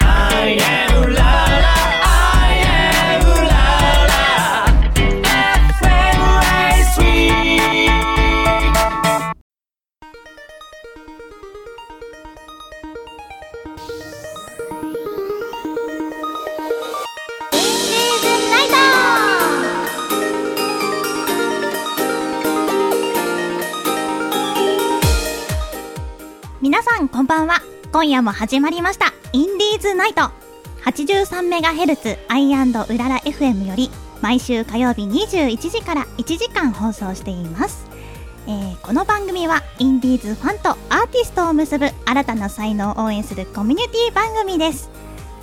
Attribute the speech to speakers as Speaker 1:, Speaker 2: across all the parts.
Speaker 1: I am la la, I am la la. FM ライスウィーク
Speaker 2: ライト皆さんこんばんは今夜も始まりましたインディーズナイト 83MHz アイウララ FM より毎週火曜日21時から1時間放送しています、えーこの番組はインディーズファンとアーティストを結ぶ新たな才能を応援するコミュニティ番組です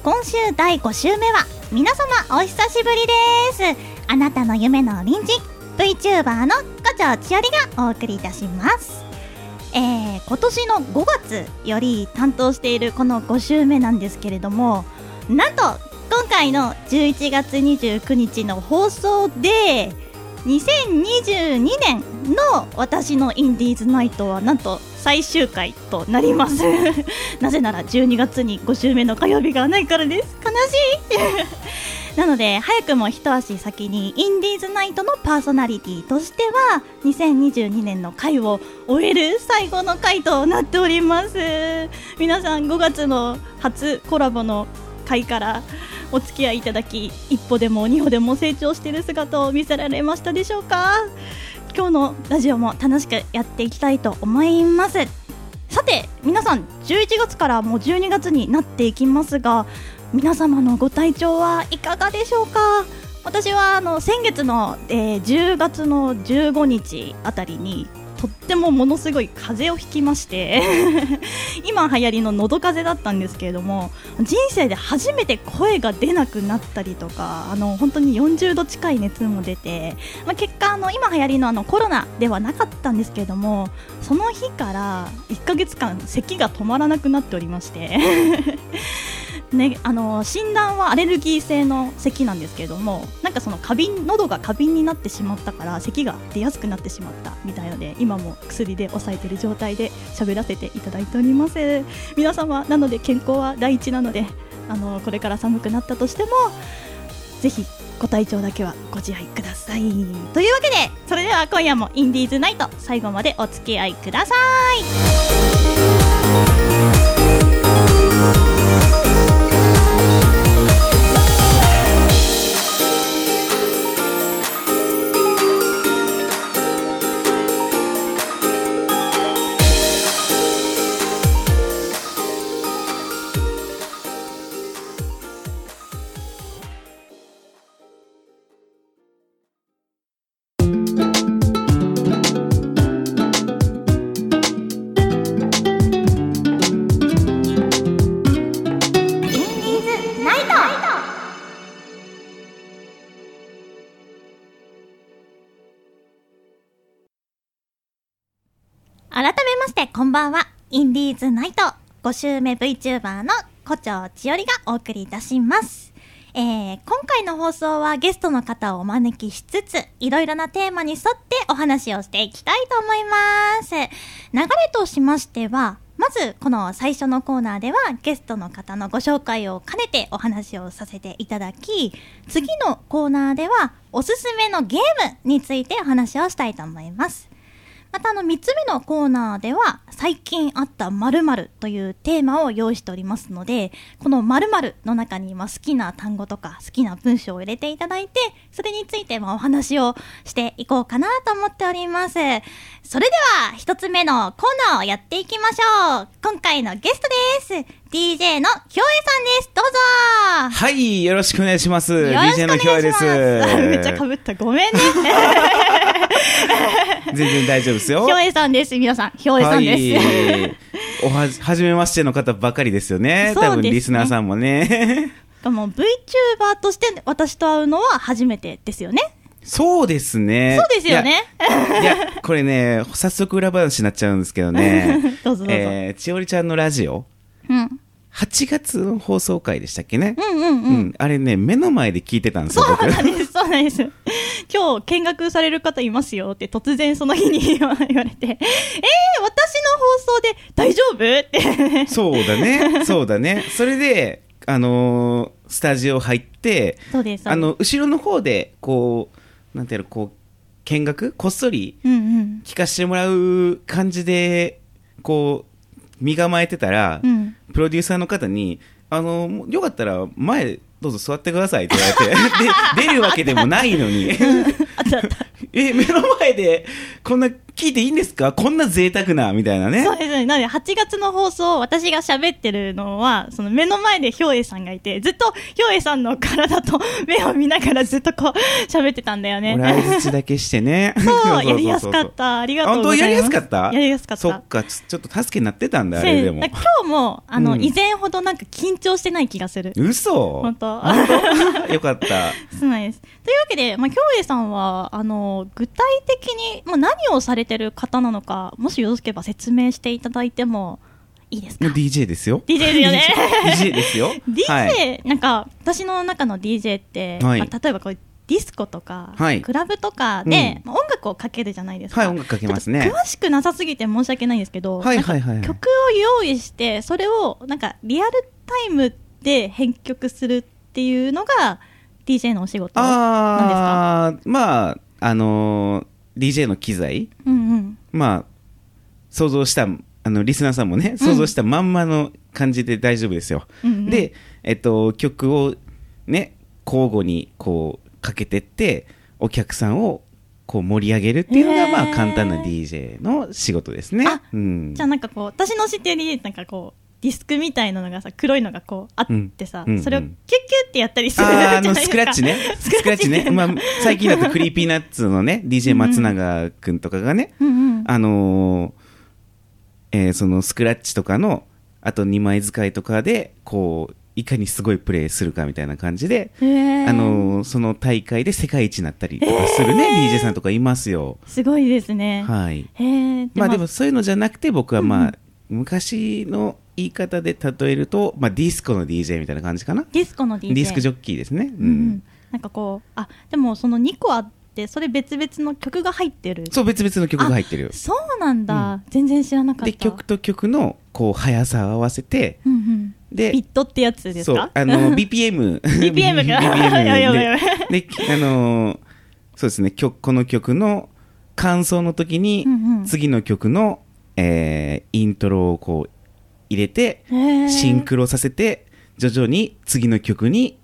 Speaker 2: 今週第5週目は皆様お久しぶりですあなたの夢の隣人 VTuber の五条千織がお送りいたしますえー今年の5月より担当しているこの5週目なんですけれどもなんと今回の11月29日の放送で2022年の私のインディーズナイトはなんと最終回となります なぜなら12月に5週目の火曜日がないからです悲しいなので早くも一足先にインディーズナイトのパーソナリティとしては2022年の回を終える最後の回となっております皆さん5月の初コラボの回からお付き合いいただき一歩でも二歩でも成長している姿を見せられましたでしょうか今日のラジオも楽しくやっていきたいと思いますさて皆さん11月からもう12月になっていきますが皆様のご体調はいかがでしょうか私はあの先月の、えー10月の15日あたりにとってもものすごい風邪をひきまして 今流行りの喉風邪だったんですけれども人生で初めて声が出なくなったりとかあの本当に40度近い熱も出て、まあ、結果あの今流行りのあのコロナではなかったんですけれどもその日から1ヶ月間咳が止まらなくなっておりまして。ね、あの診断はアレルギー性の咳なんですけれどもなんかその過敏喉が過敏になってしまったから咳が出やすくなってしまったみたいので今も薬で抑えてる状態で喋らせていただいております皆様なので健康は第一なのであのこれから寒くなったとしてもぜひご体調だけはご自愛くださいというわけでそれでは今夜もインディーズナイト最後までお付き合いくださいインディーズナイト改めましてこんばんはインディーズナイト5週目 VTuber の古町千織がお送りいたしますえー今回の放送はゲストの方をお招きしつつ、いろいろなテーマに沿ってお話をしていきたいと思います。流れとしましては、まずこの最初のコーナーではゲストの方のご紹介を兼ねてお話をさせていただき、次のコーナーではおすすめのゲームについてお話をしたいと思います。またあの3つ目のコーナーでは最近あった〇〇というテーマを用意しておりますのでこの〇〇の中にまあ好きな単語とか好きな文章を入れていただいてそれについてまあお話をしていこうかなと思っておりますそれでは1つ目のコーナーをやっていきましょう今回のゲストです DJ のひょうえさんですどうぞ
Speaker 3: はい、よろしくお願いします。
Speaker 2: よろしく
Speaker 3: DJ
Speaker 2: お願
Speaker 3: の
Speaker 2: い
Speaker 3: ひょうえで
Speaker 2: します
Speaker 3: す。
Speaker 2: めっちゃ被ったごめん ね
Speaker 3: 全然大丈夫ですよ。
Speaker 2: ひょうえさんです皆さんひょうえさんです、
Speaker 3: はい。おはじ、はじめましての方ばかりですよね。
Speaker 2: そうですね
Speaker 3: 多分リスナーさんもね。
Speaker 2: かも VTuber として私と会うのは初めてですよね。
Speaker 3: そうですね。
Speaker 2: そうですよね。。
Speaker 3: いや。いや、これね、早速裏話になっちゃうんですけどね
Speaker 2: どうぞどうぞ
Speaker 3: えー、ちおりちゃんのラジオ、
Speaker 2: うん。
Speaker 3: 8月の放送回でしたっけね。
Speaker 2: うんうん
Speaker 3: う
Speaker 2: うん。
Speaker 3: ん。あれね、目の前で聞いてたんですよ、
Speaker 2: そう
Speaker 3: 僕。
Speaker 2: なんです、そうなんです。今日見学される方いますよって突然その日に言われて、えー、私の放送で大丈夫って。
Speaker 3: そうだね。そうだね。それで、あのースタジオ入って、
Speaker 2: そうですそうです
Speaker 3: あの、後ろの方で、こう、なんていうの、こう、見学こっそり
Speaker 2: うんうん
Speaker 3: 聞かせてもらう感じで、こう、身構えてたら、
Speaker 2: うん
Speaker 3: プロデューサーの方に、あのーよかったら前、どうぞ座ってくださいって言われ て、で、出るわけでもないのに。
Speaker 2: あったあった
Speaker 3: え、目の前で、こんな聞いていいんですかこんな贅沢な、みたいなね
Speaker 2: そ。うですね。なので、8月の放送、私が喋ってるのは、その目の前でひょうえいさんがいて、ずっとひょうえいさんの体と 目を見ながらずっとこう、喋ってたんだよね
Speaker 3: 俺、。相槌だけしてね。
Speaker 2: そう、やりやすかっ。た。ありがとう
Speaker 3: 本
Speaker 2: ござ
Speaker 3: 当
Speaker 2: います。
Speaker 3: やりやすかった
Speaker 2: やりやすかった。
Speaker 3: そっか、ちちょっと助けになってたんだ、あ
Speaker 2: せ
Speaker 3: れ
Speaker 2: い
Speaker 3: でも
Speaker 2: だ。今日も、あの、
Speaker 3: うん
Speaker 2: 以前ほどなんか緊張してない気がする。
Speaker 3: 嘘
Speaker 2: 本当。
Speaker 3: よかった。
Speaker 2: そうなんです。というわけで、まあ、京栄さんは、あの、具体的に、もう何をされてる方なのか、もしよろしければ説明していただいてもいいですか
Speaker 3: もう DJ で すよ。
Speaker 2: DJ ですよ ね
Speaker 3: DJ で すよ。
Speaker 2: DJ、
Speaker 3: はい
Speaker 2: なんか、私の中の DJ って、
Speaker 3: はい
Speaker 2: まあ例えばこう、ディスコとか、
Speaker 3: はい
Speaker 2: クラブとかで、
Speaker 3: うん
Speaker 2: まあ音楽をかけるじゃないですか。
Speaker 3: はい音楽かけますね
Speaker 2: ちょっと詳しくなさすぎて申し訳ないんですけど、
Speaker 3: はいはいはい
Speaker 2: なんか曲を用意して、それを、なんか、リアルタイムで編曲するっていうのが、DJ のお仕事なんですか
Speaker 3: あー、まあ、あのー、DJ の機材
Speaker 2: うんうん。
Speaker 3: まあ、想像した、あの、リスナーさんもね、想像したまんまの感じで大丈夫ですよ。
Speaker 2: うんうん
Speaker 3: で、えっと、曲をね、交互にこう、かけてって、お客さんをこう盛り上げるっていうの
Speaker 2: へ
Speaker 3: が、
Speaker 2: ー
Speaker 3: まあ、簡単な DJ の仕事ですね
Speaker 2: あ。
Speaker 3: うん
Speaker 2: じゃあなんかこう、私の知ってる DJ ってなんかこう、ディスクみたいなのがさ、黒いのがこう、あってさ、
Speaker 3: うんうんうん
Speaker 2: それをキュッキュってやったりするじゃ
Speaker 3: あー
Speaker 2: な
Speaker 3: あ
Speaker 2: いで
Speaker 3: の
Speaker 2: すか。
Speaker 3: スクラッチね
Speaker 2: スクラッチね。
Speaker 3: まあ、最近だとクリーピーナッツのね DJ 松永くんとかがね、
Speaker 2: うんうん。
Speaker 3: あのーえーそのスクラッチとかのあと2枚使いとかでこういかにすごいプレーするかみたいな感じで、
Speaker 2: へー
Speaker 3: あのーその大会で世界一になったりとかするね、DJ さんとかいますよ。
Speaker 2: すごいですね。
Speaker 3: はい
Speaker 2: へえ。
Speaker 3: まあ、でもそういうのじゃなくて僕はまあ、昔の言い方で例えると、まあ、ディスコの DJ みたいな感じかな
Speaker 2: ディスコの DJ。
Speaker 3: ディスクジ
Speaker 2: ョ
Speaker 3: ョッキーですね、
Speaker 2: うんうん。なんかこう、あ、でもその2個あって、それ別々の曲が入ってる。
Speaker 3: そう別々の曲が入ってるよ
Speaker 2: そうなんだ。全然知らなかった。
Speaker 3: で曲。と曲のこう速さを合わせて
Speaker 2: うんうん。
Speaker 3: で
Speaker 2: ビットってやつです
Speaker 3: そう
Speaker 2: か
Speaker 3: あの BPM
Speaker 2: BPM がやばいやばいやば
Speaker 3: でであのーそうですね曲この曲の感想の時に、
Speaker 2: うんうん
Speaker 3: 次の曲の、えーイントロをこう入れて
Speaker 2: へー
Speaker 3: シンクロさせて徐々に次の曲に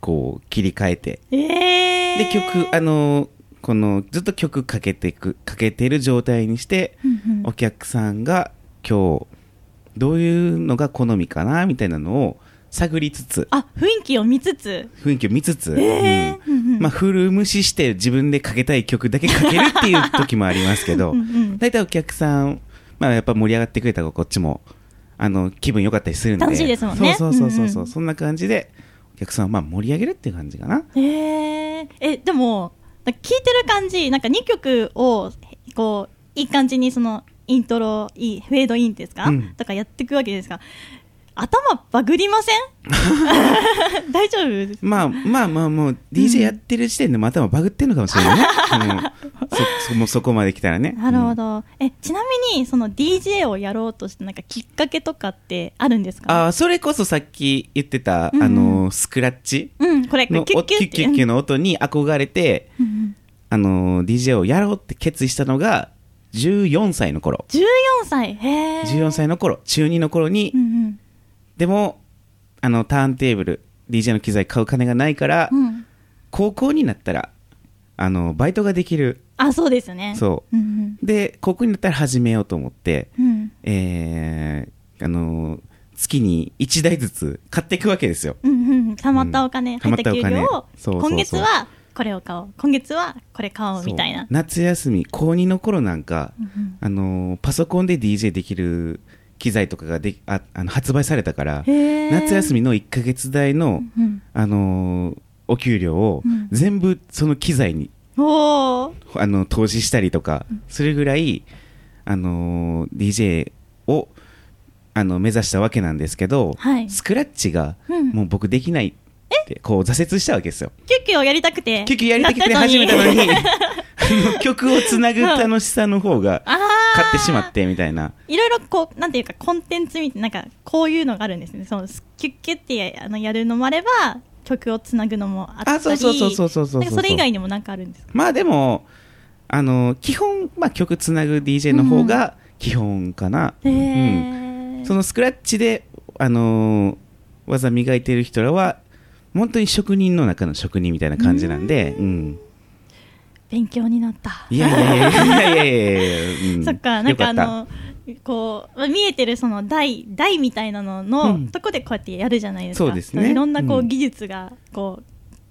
Speaker 3: こう切り替えて
Speaker 2: え
Speaker 3: で
Speaker 2: ー。
Speaker 3: 曲あのーこのずっと曲かけてくかけてる状態にして、
Speaker 2: うんうん
Speaker 3: お客さんが今日どういうのが好みかなみたいなのを探りつつ
Speaker 2: あ、雰囲気を見つつ。
Speaker 3: 雰囲気を見つつ、
Speaker 2: えー
Speaker 3: うん
Speaker 2: うんうん
Speaker 3: まあ、フル無視して自分でかけたい曲だけかけるっていう時もありますけど
Speaker 2: うんうん
Speaker 3: 大体お客さん、まあ、やっぱ盛り上がってくれたらこっちもあの気分良かったりするんで
Speaker 2: 楽しいですもんね
Speaker 3: そうそうそうそうそう、
Speaker 2: うんうん
Speaker 3: そんな感じでお客さんをまあ盛り上げるっていう感じかな
Speaker 2: へええでもなんか聞いてる感じなんか2曲をこういい感じにそのイントロいいフェードインですか、
Speaker 3: うん
Speaker 2: とかやっていくわけですが頭バグりませ ん 大丈夫です
Speaker 3: まあまあまあもう DJ やってる時点でもう頭バグってんのかもしれないね、うんそそもうそこまで来たらね
Speaker 2: なる
Speaker 3: うん
Speaker 2: ほど、えちなみにその DJ をやろうとしてなんかきっかけとかってあるんですか
Speaker 3: あーそれこそさっき言ってた、
Speaker 2: うんうん
Speaker 3: あのースクラッチ
Speaker 2: うんこれキュ
Speaker 3: の
Speaker 2: ッキュ
Speaker 3: お
Speaker 2: ッキ
Speaker 3: キュ
Speaker 2: ュ
Speaker 3: ッキュッキュの音に憧れて、
Speaker 2: うんうん
Speaker 3: あのー DJ をやろうって決意したのが14歳の頃
Speaker 2: 14歳へえ
Speaker 3: 14歳の頃中2の頃に、
Speaker 2: うん
Speaker 3: でもあのターンテーブル DJ の機材買う金がないから、
Speaker 2: うんうん
Speaker 3: 高校になったらあのバイトができる
Speaker 2: あそうですよね
Speaker 3: そう
Speaker 2: うん
Speaker 3: で高校になったら始めようと思って、
Speaker 2: うんうん
Speaker 3: えーあのー月に1台ずつ買っていくわけですよ
Speaker 2: うんうん、たまったお金、
Speaker 3: うん
Speaker 2: 入った給料
Speaker 3: 貯
Speaker 2: を
Speaker 3: まったお金そうそうそう
Speaker 2: 今月はこれを買おう今月はこれ買おうみたい
Speaker 3: そう
Speaker 2: な
Speaker 3: 夏休み高2の頃なんか、
Speaker 2: うん
Speaker 3: あのーパソコンで DJ できる機材とかがでああの発売されたか
Speaker 2: へ
Speaker 3: ら
Speaker 2: ー
Speaker 3: 夏休みの1ヶ月代の、
Speaker 2: うん
Speaker 3: あのーお給料を
Speaker 2: うん
Speaker 3: 全部その機材に、
Speaker 2: おー
Speaker 3: あの投資したりとかするぐらい、あのー DJ をあの目指したわけなんですけど、
Speaker 2: はい
Speaker 3: スクラッチが
Speaker 2: うん
Speaker 3: もう僕できない、
Speaker 2: え
Speaker 3: ってこう挫折したわけですよ
Speaker 2: キュッキュをやりたくて。
Speaker 3: 結局やりたくて始めたのに
Speaker 2: やった
Speaker 3: あの曲をつなぐ楽しさの方が
Speaker 2: あー
Speaker 3: 買ってしまってみたいない
Speaker 2: ろいろこう、なんていうか、コンテンツみたいな、なんか、こういうのがあるんですね。その、すキュッキュッてやあのやるのもあれば、曲をつなぐのもあったり。
Speaker 3: あそうそうそうそうそうそうそう
Speaker 2: なんかそれ以外にもなんかあるんですか
Speaker 3: まあでもあの基本、まあ、曲つなぐ DJ の方が基本かな、
Speaker 2: へ
Speaker 3: うんそのスクラッチで、あのー技磨いてる人らは本当に職人の中の職人みたいな感じなんで、うん、
Speaker 2: 勉強になった。
Speaker 3: いやいやいやいやいやいやいやいや、うん
Speaker 2: そっか、なんかあ
Speaker 3: よった
Speaker 2: の、こう、まあ見えてるその台、台みたいなのの、
Speaker 3: うん
Speaker 2: とこでこうやってやるじゃないですか。
Speaker 3: そうですね
Speaker 2: いろんなこう、
Speaker 3: うん
Speaker 2: 技術が、こう、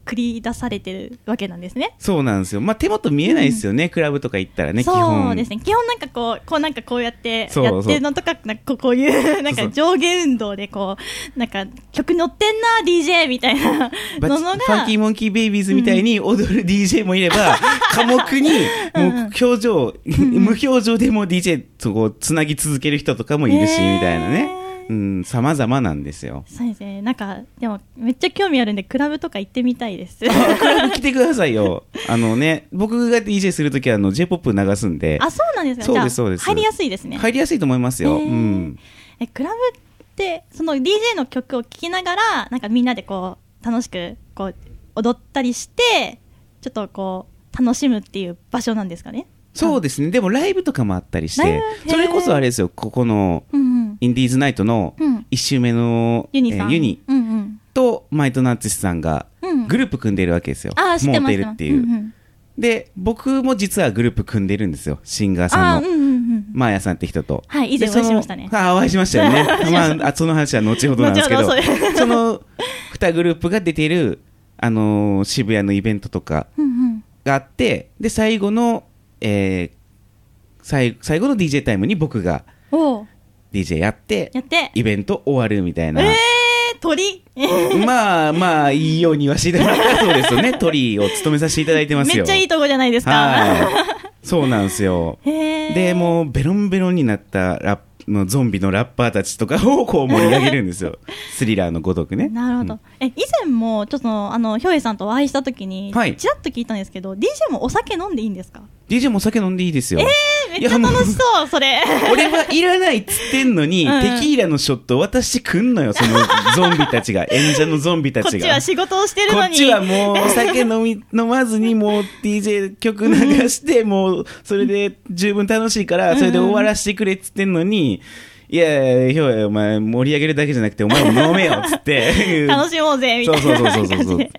Speaker 2: 繰り出されてるわけなんですね。
Speaker 3: そうなんですよ、まあ、手元見えないですよね、クラブとか行ったらね基本
Speaker 2: そうですね。基本なんかこう、こうなんかこうやって
Speaker 3: そう
Speaker 2: やってるのとか、なんかこうこういう、なん
Speaker 3: そ
Speaker 2: か
Speaker 3: う
Speaker 2: 上下運動でこう、なんか曲乗ってんな、DJ みたいな
Speaker 3: バチ
Speaker 2: の
Speaker 3: フ
Speaker 2: の
Speaker 3: ァン
Speaker 2: が
Speaker 3: キー、モンキーベイビーズみたいに踊る DJ もいれ ば、寡黙にもう表情、無表情でも DJ とこうつなぎ続ける人とかもいるし、
Speaker 2: へー。
Speaker 3: みたいなね、うん、様々なんですよ
Speaker 2: そうですね。なんか、でもめっちゃ興味あるんで、クラブとか行ってみたいです。
Speaker 3: クラブ来てくださいよ。あのね、僕が DJ するときはあの J-POP 流すんで、
Speaker 2: あ、そうなんですか。
Speaker 3: そう
Speaker 2: じ
Speaker 3: です
Speaker 2: ゃあ
Speaker 3: そうです
Speaker 2: 入りやすいですね。
Speaker 3: 入りやすいと思いますよ。
Speaker 2: へー
Speaker 3: うん。
Speaker 2: えクラブってその DJ の曲を聴きながらなんかみんなでこう楽しくこう踊ったりしてちょっとこう楽しむっていう場所なんですかね
Speaker 3: そうですね。でもライブとかもあったりし
Speaker 2: ライ
Speaker 3: て
Speaker 2: ブ、へー
Speaker 3: それこそあれですよ、ここの
Speaker 2: うんうん
Speaker 3: インディーズナイトの
Speaker 2: うん
Speaker 3: 1周目の、
Speaker 2: ユニさん、
Speaker 3: えーユニ
Speaker 2: うんうん
Speaker 3: とマイトナッツシさんが
Speaker 2: うん
Speaker 3: グループ組んでるわけですよ、
Speaker 2: あー知って
Speaker 3: モ
Speaker 2: ま
Speaker 3: ー
Speaker 2: す
Speaker 3: テルっていう、
Speaker 2: んん
Speaker 3: で僕も実はグループ組んでるんですよシンガー
Speaker 2: あ
Speaker 3: さ
Speaker 2: ー
Speaker 3: ん
Speaker 2: うんう
Speaker 3: の、
Speaker 2: んうん
Speaker 3: マーヤさんって人と
Speaker 2: はい以前
Speaker 3: でそ
Speaker 2: お
Speaker 3: の
Speaker 2: 会いしましたね
Speaker 3: あーお会いしました よ
Speaker 2: お会いし
Speaker 3: ね
Speaker 2: ました
Speaker 3: まああその話は後ほどなんですけど
Speaker 2: 後ほどそうです
Speaker 3: その2グループが出ている、あのー渋谷のイベントとか
Speaker 2: うんうん
Speaker 3: があってで最後の、えー最最後の DJ タイムに僕が
Speaker 2: おう
Speaker 3: DJ やって
Speaker 2: やって
Speaker 3: イベント終わるみたいな、
Speaker 2: えー鳥
Speaker 3: まあまあいいように言わせていただいたそうですよ ね鳥を務めさせていただいてます
Speaker 2: め
Speaker 3: よ
Speaker 2: っちゃいいとこじゃないですか
Speaker 3: はいそうなんですよ
Speaker 2: へー
Speaker 3: でもうベロンベロンになったラップのゾンビのラッパーたちとかをこう盛り上げるんです よスリラーのごとくね
Speaker 2: なるほど、え以前もちょっとあのひょうえいさんとお会いしたときに、
Speaker 3: はい
Speaker 2: ちらっと聞いたんですけど DJ もお酒飲んでいいんですか
Speaker 3: DJ もお酒飲んでいいですよ、
Speaker 2: えー、
Speaker 3: い
Speaker 2: めっ
Speaker 3: や
Speaker 2: ちゃ
Speaker 3: もう
Speaker 2: 楽しそうそれ
Speaker 3: 俺 はいらないっつってんのに、
Speaker 2: うん
Speaker 3: テキーラのショット渡してくんのよそのゾンビたち が演者のゾンビた
Speaker 2: こっ
Speaker 3: ち
Speaker 2: ち
Speaker 3: が
Speaker 2: は仕事をしてる
Speaker 3: こ
Speaker 2: の
Speaker 3: っ
Speaker 2: に
Speaker 3: ちはもうお酒飲み飲まずにもう DJ 曲 流してもうそれで十分楽しいからそれで終わらせてくれっつってんのにいやひょうやお前盛り上げるだけじゃなくてお前も飲めよっつって
Speaker 2: 楽しもうぜみ
Speaker 3: そ
Speaker 2: た
Speaker 3: う
Speaker 2: い
Speaker 3: そう
Speaker 2: な
Speaker 3: そうそ
Speaker 2: 感
Speaker 3: う
Speaker 2: じ
Speaker 3: そうゾン
Speaker 2: で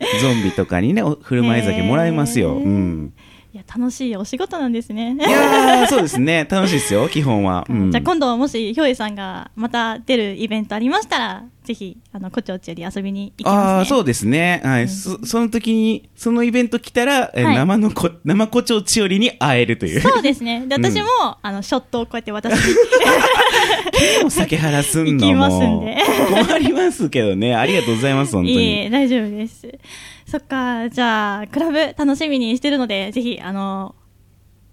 Speaker 3: ビとかにねお振る舞い酒もらえますよ、
Speaker 2: へー
Speaker 3: うん、
Speaker 2: いや楽しいお仕事なんですね
Speaker 3: いやーそうですね楽しいですよ基本は、うん
Speaker 2: じゃあ今度もしひょうえいさんがまた出るイベントありましたらぜひあのこちょちより遊びに行きますね
Speaker 3: ああ、そうですね。はい。そその時に、そのイベント来たら、え
Speaker 2: はい
Speaker 3: 生のこ、生胡蝶千織に会えるという。
Speaker 2: そうですねで
Speaker 3: うん
Speaker 2: 私も、あのショットをこうやって私 に
Speaker 3: もう酒原すんの
Speaker 2: 行きます
Speaker 3: も
Speaker 2: ん
Speaker 3: う
Speaker 2: で
Speaker 3: 困りますけどねありがとうございます本当
Speaker 2: いえい
Speaker 3: に
Speaker 2: え大丈夫ですそっかじゃあクラブ楽しみにしてるのでぜひあの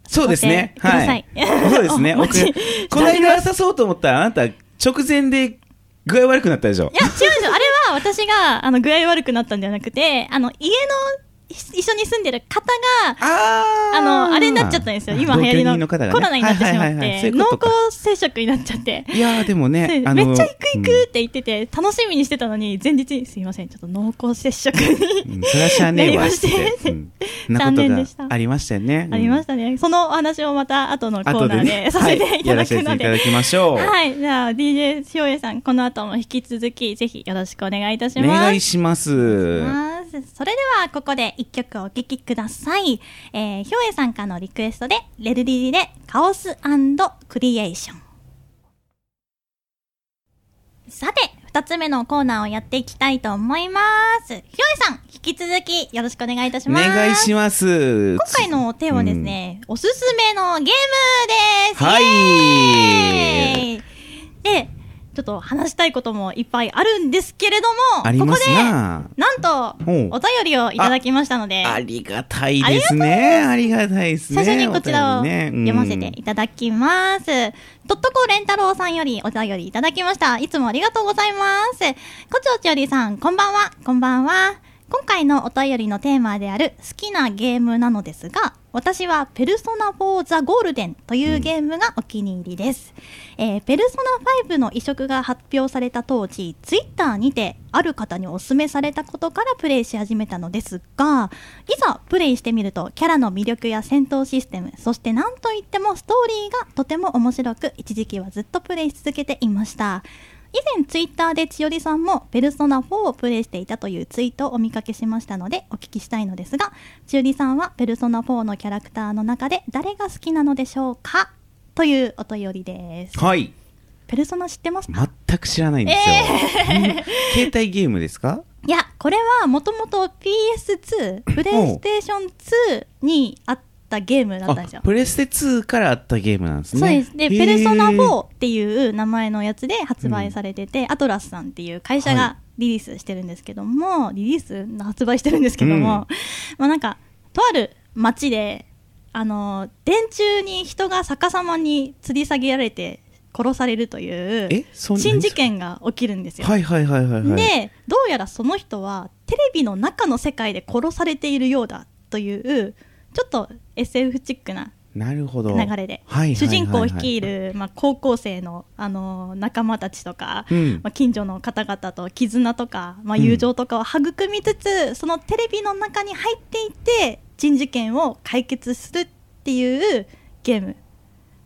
Speaker 3: そうですね
Speaker 2: お待ち
Speaker 3: はい
Speaker 2: ください
Speaker 3: そうです ね
Speaker 2: お待ち
Speaker 3: 僕この間誘おうと思ったらあなた直前で具合悪くなったでしょ
Speaker 2: いや、違うんですよ。あれは私が、あの、具合悪くなったんじゃなくて、あの、家の、い一緒に住んでる方が、
Speaker 3: あー
Speaker 2: あの、あれになっちゃったんですよ。今流行りの
Speaker 3: 同居人の方がね
Speaker 2: コロナになってしま
Speaker 3: は
Speaker 2: っ
Speaker 3: いはいはいはい
Speaker 2: て、
Speaker 3: そういう
Speaker 2: 濃
Speaker 3: ことか
Speaker 2: 厚接触になっちゃって。
Speaker 3: いやーでもね
Speaker 2: そう
Speaker 3: あ
Speaker 2: め
Speaker 3: の
Speaker 2: っちゃ行く行
Speaker 3: う
Speaker 2: く
Speaker 3: ん
Speaker 2: って言ってて、楽しみにしてたのに、前日にすいません、ちょっと濃厚接触 に、
Speaker 3: うんそれはしゃあねえ
Speaker 2: な
Speaker 3: わっ、
Speaker 2: りまして
Speaker 3: うん、な
Speaker 2: 残
Speaker 3: こと
Speaker 2: 念でした
Speaker 3: がありましたよね、
Speaker 2: ありましたたね。そのお話をまた後のコーナ
Speaker 3: 後で
Speaker 2: ーで
Speaker 3: ね
Speaker 2: させていただくの
Speaker 3: はい、やらせていただ
Speaker 2: で。
Speaker 3: きましょう
Speaker 2: はい。じゃあ、DJ しおえさん、この後も引き続き、ぜひよろしくお願いいたし
Speaker 3: お
Speaker 2: ます。
Speaker 3: 願いします
Speaker 2: それではここで一曲お聴きください。えー、ひょうえさんからのリクエストで、レルリリでカオスクリエーション。さて、二つ目のコーナーをやっていきたいと思います。ひょうえさん、引き続きよろしくお願いいたし
Speaker 3: お
Speaker 2: ます。
Speaker 3: 願いします
Speaker 2: 今回のテーマはですね、おすすめのゲームです。
Speaker 3: は
Speaker 2: イ
Speaker 3: い
Speaker 2: エーイで、ちょっと話したいこともいっぱいあるんですけれども、
Speaker 3: あります
Speaker 2: ここで、
Speaker 3: な
Speaker 2: なんと、お
Speaker 3: ほ
Speaker 2: 便
Speaker 3: う
Speaker 2: りをいただきましたので、
Speaker 3: ありがたいですね。ありがたいですね。
Speaker 2: 最初にこちらを
Speaker 3: お便りね
Speaker 2: 読ませていただきます。とっとこれんたろうさんよりお便りいただきました。いつもありがとうございます。こちおちよりさん、こんばんは。こんばんは。今回のお便りのテーマである好きなゲームなのですが私は「ペルソナ4ザゴールデンというゲームがお気に入りです、えーペルソナ5の移植が発表された当時ツイッターにてある方にお勧めされたことからプレイし始めたのですがいざプレイしてみるとキャラの魅力や戦闘システムそして何といってもストーリーがとても面白く一時期はずっとプレイし続けていました以前ツイッターで千代さんも「ペルソナ4」をプレイしていたというツイートをお見かけしましたのでお聞きしたいのですが千代さんは「ペルソナ4」のキャラクターの中で誰が好きなのでしょうかというお便りです。
Speaker 3: はい。
Speaker 2: ペルソナ知ってますか
Speaker 3: 全く知らないんですよ。携帯ゲームですか
Speaker 2: いやこれはもともと PS2 プレイステーション2にあったゲームだったんですよ
Speaker 3: あ。プレステ2からあったゲームなんですね。
Speaker 2: そうです。で、
Speaker 3: へー
Speaker 2: ペルソナ4っていう名前のやつで発売されてて、アトラスさんっていう会社
Speaker 3: は
Speaker 2: がリリースしてるんですけども、リリース発売してるんですけども、
Speaker 3: うん
Speaker 2: まあなんか、とある街で、あの、電柱に人が逆さまに吊り下げられて殺されるという
Speaker 3: え、そん
Speaker 2: 新事件が起きるんですよ。
Speaker 3: はいはいはいはいはい。
Speaker 2: で、どうやらその人はテレビの中の世界で殺されているようだという、ちょっと SF チックな
Speaker 3: なるほど。
Speaker 2: 流れで、
Speaker 3: はいはいはいはい
Speaker 2: 主人公を率い。る、まあ、高校生の、あのー仲間たちとか、
Speaker 3: うん
Speaker 2: まあ、近所の方々と絆とか、まあ、
Speaker 3: うん
Speaker 2: 友情とかを育みつつ、そのテレビの中に入っていって人事件を解決するっていうゲーム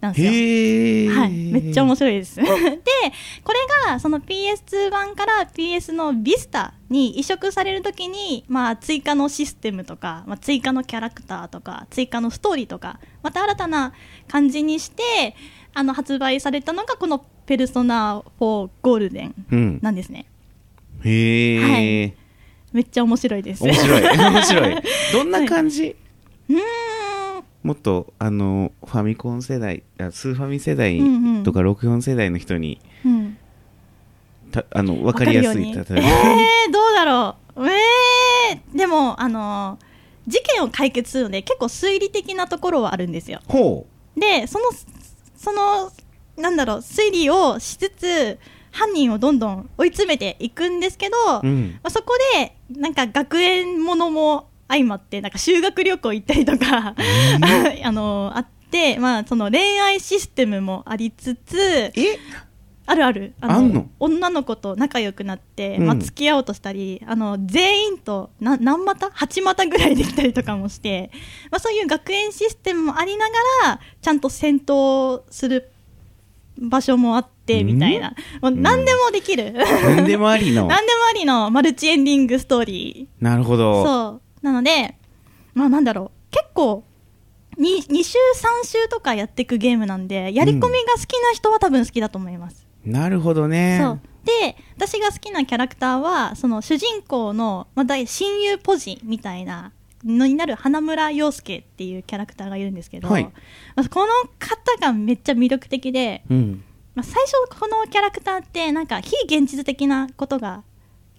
Speaker 2: なんですよ。
Speaker 3: へえ。
Speaker 2: はい、めっちゃ面
Speaker 3: 白
Speaker 2: 白い です。で、これがその PS2 版から PS の Vista に移植されるときに、まあ、追加のシステムとか、まあ、追加のキャラクターとか、追加のストーリーとか、また新たな感じにして、あの発売されたのがこのペルソナ4ゴールデン
Speaker 3: い。うん。
Speaker 2: なんですね。
Speaker 3: へえ。
Speaker 2: めっちゃ面白いです。
Speaker 3: 面白い。
Speaker 2: う
Speaker 3: 面白い。どんな感じ
Speaker 2: ーん。
Speaker 3: もっと、あの、ファミコン世代、あスーファミ世代
Speaker 2: うんうん
Speaker 3: とか64世代の人に、
Speaker 2: うん。
Speaker 3: たあの、わかりやすい。
Speaker 2: わか
Speaker 3: 例
Speaker 2: る
Speaker 3: え
Speaker 2: ように えー、どうだろう。えー、でも、あのー事件を解決するので、結構推理的なところはあるんですよ。
Speaker 3: ばほう。
Speaker 2: で、その、その、なんだろう、推理をしつつ、犯人をどんどん追い詰めていくんですけど、
Speaker 3: う
Speaker 2: ま
Speaker 3: ん。
Speaker 2: あそこで、なんか学園ものも相まって、なんか修学旅行行ったりとか、 あのーあって、まあ、その恋愛システムもありつつ、
Speaker 3: え
Speaker 2: あるある
Speaker 3: あんの
Speaker 2: 女の子と仲良くなって、
Speaker 3: うん
Speaker 2: まあ、付き合おうとしたりあの全員とな何股8股ぐらいできたりとかもして、まあ、そういう学園システムもありながらちゃんと戦闘する場所もあって
Speaker 3: うん
Speaker 2: みたいな、もう 何でもできる、
Speaker 3: 何でもありの。
Speaker 2: 何で もありのマルチエンディングストーリー
Speaker 3: なるほど。
Speaker 2: そうなのでまあなんだろう結構 2, 2週3週とかやっていくゲームなんでやり込みが好きな人は多分好きだと思います、
Speaker 3: なるほどね。
Speaker 2: そうで私が好きなキャラクターはその主人公の、まあ、大親友ポジみたいなのになる花村陽介っていうキャラクターがいるんですけど、
Speaker 3: はい
Speaker 2: まあこの方がめっちゃ魅力的で、
Speaker 3: うん。
Speaker 2: まあ、最初このキャラクターってなんか非現実的なことが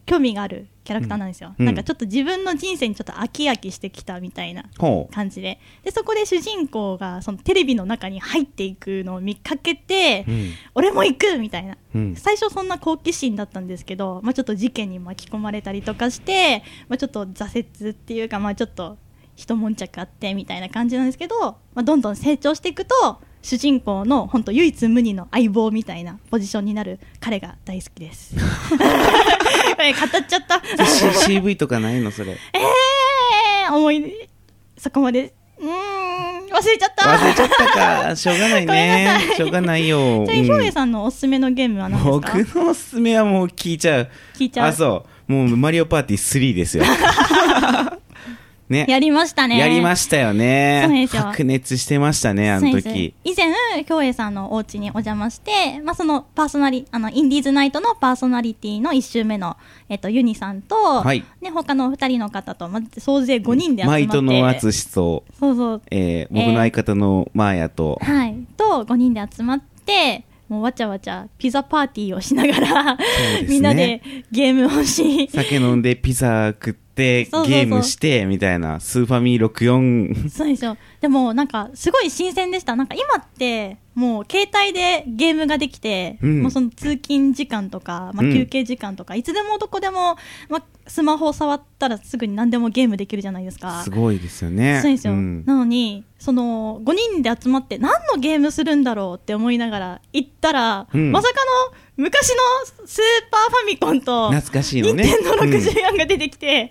Speaker 2: 興味があるキャラクターなんですよ、
Speaker 3: うん
Speaker 2: なんかちょっと自分の人生にちょっと飽き飽きしてきたみたいな
Speaker 3: ほう。
Speaker 2: 感じででそこで主人公がそのテレビの中に入っていくのを見かけて、
Speaker 3: うん
Speaker 2: 俺も行くみたいな、
Speaker 3: うん
Speaker 2: 最初そんな好奇心だったんですけど、まあ、ちょっと事件に巻き込まれたりとかして、まあ、ちょっと挫折っていうか、まあ、ちょっと一悶着あってみたいな感じなんですけど、まあ、どんどん成長していくと主人公の本当唯一無二の相棒みたいなポジションになる彼が大好きです え語っちゃった
Speaker 3: C- CV とかないの それ。
Speaker 2: ええー、思い出そこまでうーん忘れちゃった
Speaker 3: 忘れちゃったか。しょうがな い
Speaker 2: ごめんな
Speaker 3: ね
Speaker 2: さ。い
Speaker 3: しょうがな いよ。
Speaker 2: じゃあ、ひょうえ
Speaker 3: うん
Speaker 2: さんのおすすめのゲームは何です
Speaker 3: 僕
Speaker 2: か
Speaker 3: のおすすめはもう聞いちゃう。
Speaker 2: 聞いちゃう
Speaker 3: あ、そう。もうマリオパーティー3ですよ。 ね。
Speaker 2: やりましたね。
Speaker 3: やりましたよ
Speaker 2: そうで
Speaker 3: ね。
Speaker 2: すよ
Speaker 3: 白熱してましたね、あの
Speaker 2: そうです
Speaker 3: 時。
Speaker 2: 以前、京栄さんのお家にお邪魔して、まあ、そのパーソナリ、あの、インディーズナイトのパーソナリティの1周目の、えっと、ユニさんと、
Speaker 3: い
Speaker 2: ね、他のお二人の方と、まあ、総勢5人で集まっ
Speaker 3: マ
Speaker 2: て。
Speaker 3: イトの淳と、
Speaker 2: そうそう。
Speaker 3: えー僕の相方のマーヤ と、
Speaker 2: はい。と、5人で集まって、もうわちゃわちゃピザパーティーをしながら、
Speaker 3: すね
Speaker 2: みんなでゲームをし、
Speaker 3: 酒飲んでピザ食って、
Speaker 2: そうそうそう
Speaker 3: ゲームして、みたいな、スーファミ 64。
Speaker 2: そうですよ。でも、なんか、すごい新鮮でした。なんか、今って、もう、携帯でゲームができて、
Speaker 3: うん
Speaker 2: もうその通勤時間とか、まあ、
Speaker 3: うん
Speaker 2: 休憩時間とか、いつでもどこでも、まあ、スマホを触ったらすぐに何でもゲームできるじゃないですか
Speaker 3: すごいですよね。
Speaker 2: そうですよ、
Speaker 3: ん
Speaker 2: なのにその5人で集まって何のゲームするんだろうって思いながら行ったら、
Speaker 3: うん
Speaker 2: まさかの昔のスーパーファミコンと
Speaker 3: 懐かしいのね
Speaker 2: 任天堂64が出てきて、え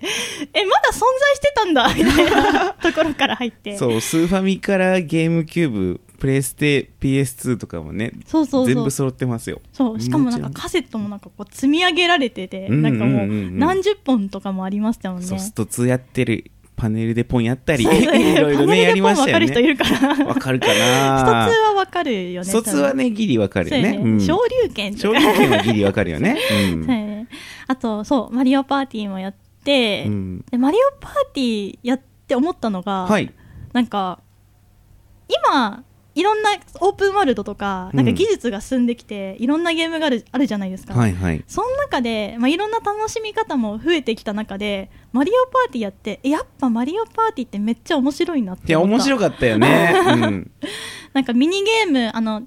Speaker 2: まだ存在してたんだみたいなところから入って
Speaker 3: そう、スーファミからゲームキューブ、プレステ、PS2 とかもね、
Speaker 2: そうそうそう
Speaker 3: 全部揃ってますよ。
Speaker 2: そうしかもなんか
Speaker 3: ち
Speaker 2: カセットもなんかこう積み上げられてて、
Speaker 3: うん
Speaker 2: なんかもう
Speaker 3: うんうんうん
Speaker 2: 何十本とかもありましたも
Speaker 3: ろ
Speaker 2: ん
Speaker 3: ん
Speaker 2: ね。
Speaker 3: そう、スト2やってる、パネルでポンやったり、い
Speaker 2: そうそう
Speaker 3: ろ いろね、やりまし
Speaker 2: パ
Speaker 3: た
Speaker 2: ネ
Speaker 3: よ
Speaker 2: ルでポン分かる人い
Speaker 3: ね。
Speaker 2: るから。
Speaker 3: わ かるか
Speaker 2: 一つ
Speaker 3: な
Speaker 2: は分かるよね。
Speaker 3: 疎通はね、ギリわか
Speaker 2: 多
Speaker 3: る
Speaker 2: 分、
Speaker 3: よね。
Speaker 2: そう
Speaker 3: う
Speaker 2: や
Speaker 3: ん
Speaker 2: 昇竜拳と
Speaker 3: 昇
Speaker 2: か
Speaker 3: 竜拳はギリわかるよね。う
Speaker 2: そうや
Speaker 3: ん
Speaker 2: ねあと、そう、マリオパーティーもやって、
Speaker 3: うん
Speaker 2: でマリオパーティーやって思ったのが、
Speaker 3: はい。
Speaker 2: なんか、今、いろんなオープンワールドとか、なんか技術が進んできて、いろんなゲームがあるあるじゃないですか。
Speaker 3: はいはい。
Speaker 2: その中で、まあ、いろんな楽しみ方も増えてきた中で、マリオパーティーやって、えやっぱマリオパーティーってめっちゃ面白いなっ
Speaker 3: い
Speaker 2: て
Speaker 3: や、
Speaker 2: 思った。
Speaker 3: 面白かったよね。うん。
Speaker 2: なんかミニゲーム、あの、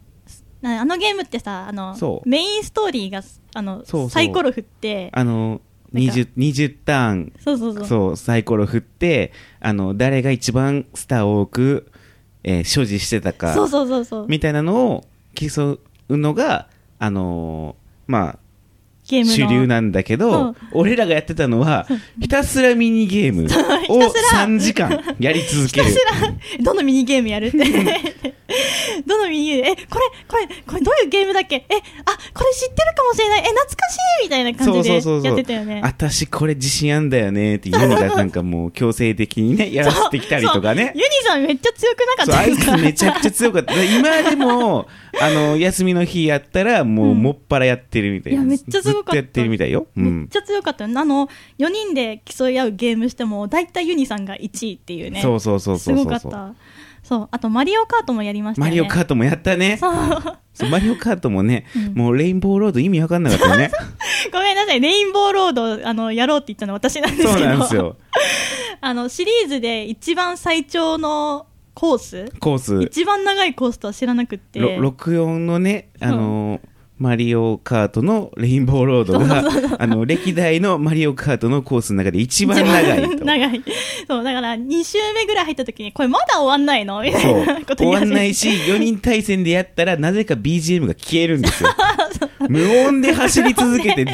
Speaker 2: なあのゲームってさ、あの
Speaker 3: そう
Speaker 2: メインストーリーがあの
Speaker 3: そうそう
Speaker 2: サイコロ振って、
Speaker 3: あの、
Speaker 2: なんか
Speaker 3: 20、20ターン
Speaker 2: そうそうそう。
Speaker 3: そうサイコロ振ってあの誰が一番スターを多く、えー所持してたか
Speaker 2: そうそうそうそう
Speaker 3: みたいなのを競うのが、あのーま
Speaker 2: ゲー
Speaker 3: あ、
Speaker 2: ムの
Speaker 3: 主流なんだけ
Speaker 2: そ
Speaker 3: ど
Speaker 2: う
Speaker 3: 俺らがやってたのはひたすらミニゲーム を
Speaker 2: ひたすら
Speaker 3: 3時間やり続
Speaker 2: ひ
Speaker 3: け
Speaker 2: た
Speaker 3: る
Speaker 2: すらどのミニゲームやるって どのミニゲームえこれこれこれどういうゲームだっけえあこれ知ってるかもしれないえ懐かしいみたいな
Speaker 3: そ
Speaker 2: 感
Speaker 3: う
Speaker 2: じ
Speaker 3: そうそう
Speaker 2: で
Speaker 3: そ
Speaker 2: や
Speaker 3: う
Speaker 2: ってたよね
Speaker 3: 私これ自信あんだよねっていうのがなんかもう強制 的にねやらせてきたりとかね
Speaker 2: そうユニさんめっちゃ強くなかっ
Speaker 3: そう
Speaker 2: た
Speaker 3: あいつめち ゃくちゃ強かった今でもあの休みの日やったらもうもっぱらやってるみたいな、
Speaker 2: いやめっちゃすごかった
Speaker 3: ずっとやってるみたいよ、う
Speaker 2: めっ
Speaker 3: ん
Speaker 2: ちゃ強かったよねあの4人で競い合うゲームしても大体ユニさんが1位っていうね
Speaker 3: そうそうそうそ
Speaker 2: す
Speaker 3: うそう
Speaker 2: ごかったそうあとマリオカートもやりましたよ
Speaker 3: マ
Speaker 2: ね
Speaker 3: リオカートもやったね
Speaker 2: そう
Speaker 3: そうマリオカートもね、
Speaker 2: うん
Speaker 3: もうレインボーロード意味わかんなかった よね
Speaker 2: ごめんなさいレインボーロードあのやろうって言ったの私なんですけど
Speaker 3: そうなんですよ
Speaker 2: あのシリーズで一番最長のコース
Speaker 3: コース
Speaker 2: 一番長いコースとは知らなくって
Speaker 3: ろ64のねあのーマリオカートのレインボーロードがあの歴代のマリオカートのコースの中で一番長いと
Speaker 2: 長いそうだから2周目ぐらい入った時にこれまだ終わんないのみた
Speaker 3: そ
Speaker 2: いうなこと
Speaker 3: 終
Speaker 2: 言
Speaker 3: わん
Speaker 2: 始めて
Speaker 3: ないし4人対戦でやったらなぜか BGM が消えるんですよ無音で走り 続けてず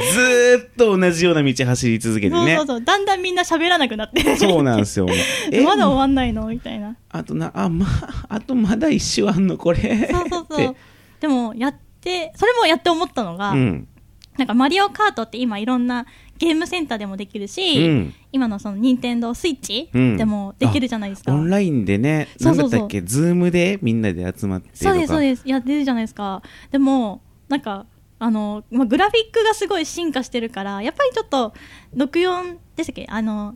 Speaker 3: ーっと同じような道走り続けて
Speaker 2: そう
Speaker 3: ね
Speaker 2: そうそうだんだんみんな喋らなくなって
Speaker 3: そうなんですよえ
Speaker 2: まだ終わんないのみたいな
Speaker 3: あとなあ,、まあとまだ一周あんのこれ
Speaker 2: そうそうそ
Speaker 3: っ
Speaker 2: う
Speaker 3: て
Speaker 2: でもやってそれもやって思ったのが、
Speaker 3: うん
Speaker 2: なんかマリオカートって今いろんなゲームセンターでもできるし、
Speaker 3: うん
Speaker 2: 今のその任天堂スイッチ
Speaker 3: うん
Speaker 2: でもできるじゃないですか、
Speaker 3: オンラインでね
Speaker 2: そう
Speaker 3: 何
Speaker 2: そ
Speaker 3: だ
Speaker 2: うそう
Speaker 3: ったっけズームでみんなで集まってとか
Speaker 2: そうですそうですやってるじゃないですかでもなんかあの、まあ、グラフィックがすごい進化してるからやっぱりちょっと64でしたっけあの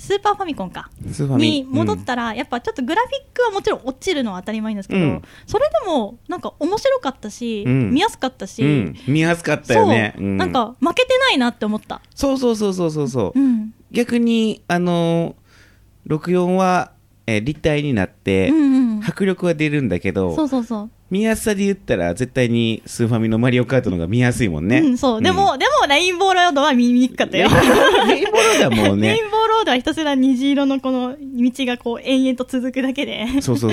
Speaker 2: スーパーファミコンか
Speaker 3: スーファミ
Speaker 2: に戻ったら、やっぱちょっとグラフィックはもちろん落ちるのは当たり前なんですけど、
Speaker 3: うん
Speaker 2: それでもなんか面白かったし、
Speaker 3: うん
Speaker 2: 見やすかったし、
Speaker 3: うんうん、見やすかったよね
Speaker 2: そう、
Speaker 3: うん
Speaker 2: なんか負けてないなって思った、
Speaker 3: そうそうそうそうそうそう
Speaker 2: うん、
Speaker 3: 逆にあのー、64は、えー立体になって、
Speaker 2: うんうん
Speaker 3: 迫力は出るんだけど
Speaker 2: そうそうそう
Speaker 3: 見やすさで言ったら絶対にスーファミのマリオカートの方が見やすいもんね、
Speaker 2: うん、そう。でも、でも、レインボーロードは見にくかった
Speaker 3: レイ
Speaker 2: よ
Speaker 3: ン ボ。ーレインボーだもう
Speaker 2: レ
Speaker 3: ね
Speaker 2: インボーロードはひたすら虹色のこの道がこう延々と続くだけで。
Speaker 3: そうそうそう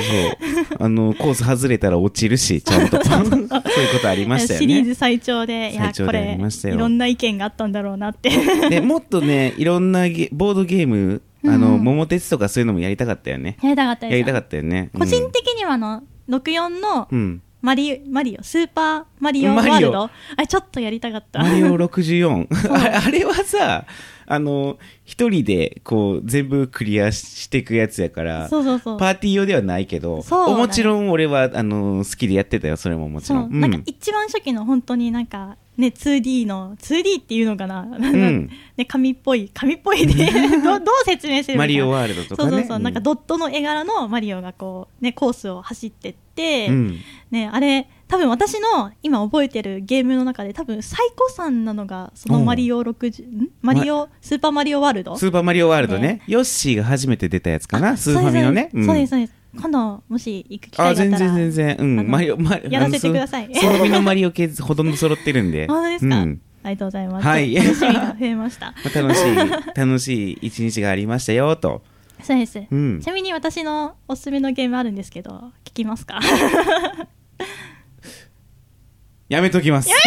Speaker 3: あのコース外れたら落ちるしちゃ んと そういうことありましたよ
Speaker 2: シリー
Speaker 3: ね
Speaker 2: ズ最長で、いや、
Speaker 3: 最長
Speaker 2: こ
Speaker 3: であ
Speaker 2: れ
Speaker 3: りまし、た
Speaker 2: い
Speaker 3: よ
Speaker 2: ろんな意見があったんだろうな って。
Speaker 3: でもっとねいろんなゲボードゲームあ
Speaker 2: うん
Speaker 3: の、
Speaker 2: うん
Speaker 3: 桃鉄とかそういうのもやりたかったよね
Speaker 2: やりたかった
Speaker 3: や
Speaker 2: です。
Speaker 3: りたかったよね
Speaker 2: 個人的にはあの、64の
Speaker 3: うん、うん
Speaker 2: マリ、マリオ、スーパーマリオワールド。あれ、ちょっとやりたかった。
Speaker 3: マリオ64 あれあれはさあの一人でこう全部クリアしていくやつやから
Speaker 2: そうそうそう。
Speaker 3: パーティー用ではないけど、
Speaker 2: そうだね
Speaker 3: もちろん俺はあの好きでやってたよ、それももち
Speaker 2: そう
Speaker 3: ろん。
Speaker 2: なんか一番初期の本当になんかね 2D の 2D っていうの かな、
Speaker 3: ん
Speaker 2: ね紙っぽい紙っぽい でどどう説明すれば
Speaker 3: マ
Speaker 2: いい
Speaker 3: リ
Speaker 2: か
Speaker 3: オワールドと
Speaker 2: そ
Speaker 3: かね。
Speaker 2: うそうそう、なんか
Speaker 3: っ
Speaker 2: ドットの絵柄のマリオがこうねコースを走ってって、
Speaker 3: うん、
Speaker 2: ねあれ多分私の今覚えてるゲームの中で多分最古参なのがそのマリオ60んマリオスーパーマリオワールド
Speaker 3: スーパーマリオワールド
Speaker 2: ね
Speaker 3: ね。ヨッシーが初めて出たやつか
Speaker 2: あ
Speaker 3: な、スーファミのね。
Speaker 2: そうです
Speaker 3: ん
Speaker 2: そうですそうです今度もし行く機
Speaker 3: あ、
Speaker 2: 会があっ
Speaker 3: 全
Speaker 2: たら
Speaker 3: 然全然。う
Speaker 2: あの
Speaker 3: ん。マリオ、マリオ。
Speaker 2: やらせて
Speaker 3: あの
Speaker 2: ください
Speaker 3: スースーファミのマリオ系ほとんど揃ってるんで。
Speaker 2: 本当ですか
Speaker 3: うん
Speaker 2: ありがとうございます。
Speaker 3: はい
Speaker 2: 楽しみが増えました。
Speaker 3: 楽しい、楽しい一日がありましたよ、と。
Speaker 2: そうです。
Speaker 3: うん
Speaker 2: ちなみに私のおすすめのゲームあるんですけど、聞きますか
Speaker 3: やめときます。
Speaker 2: ちょっ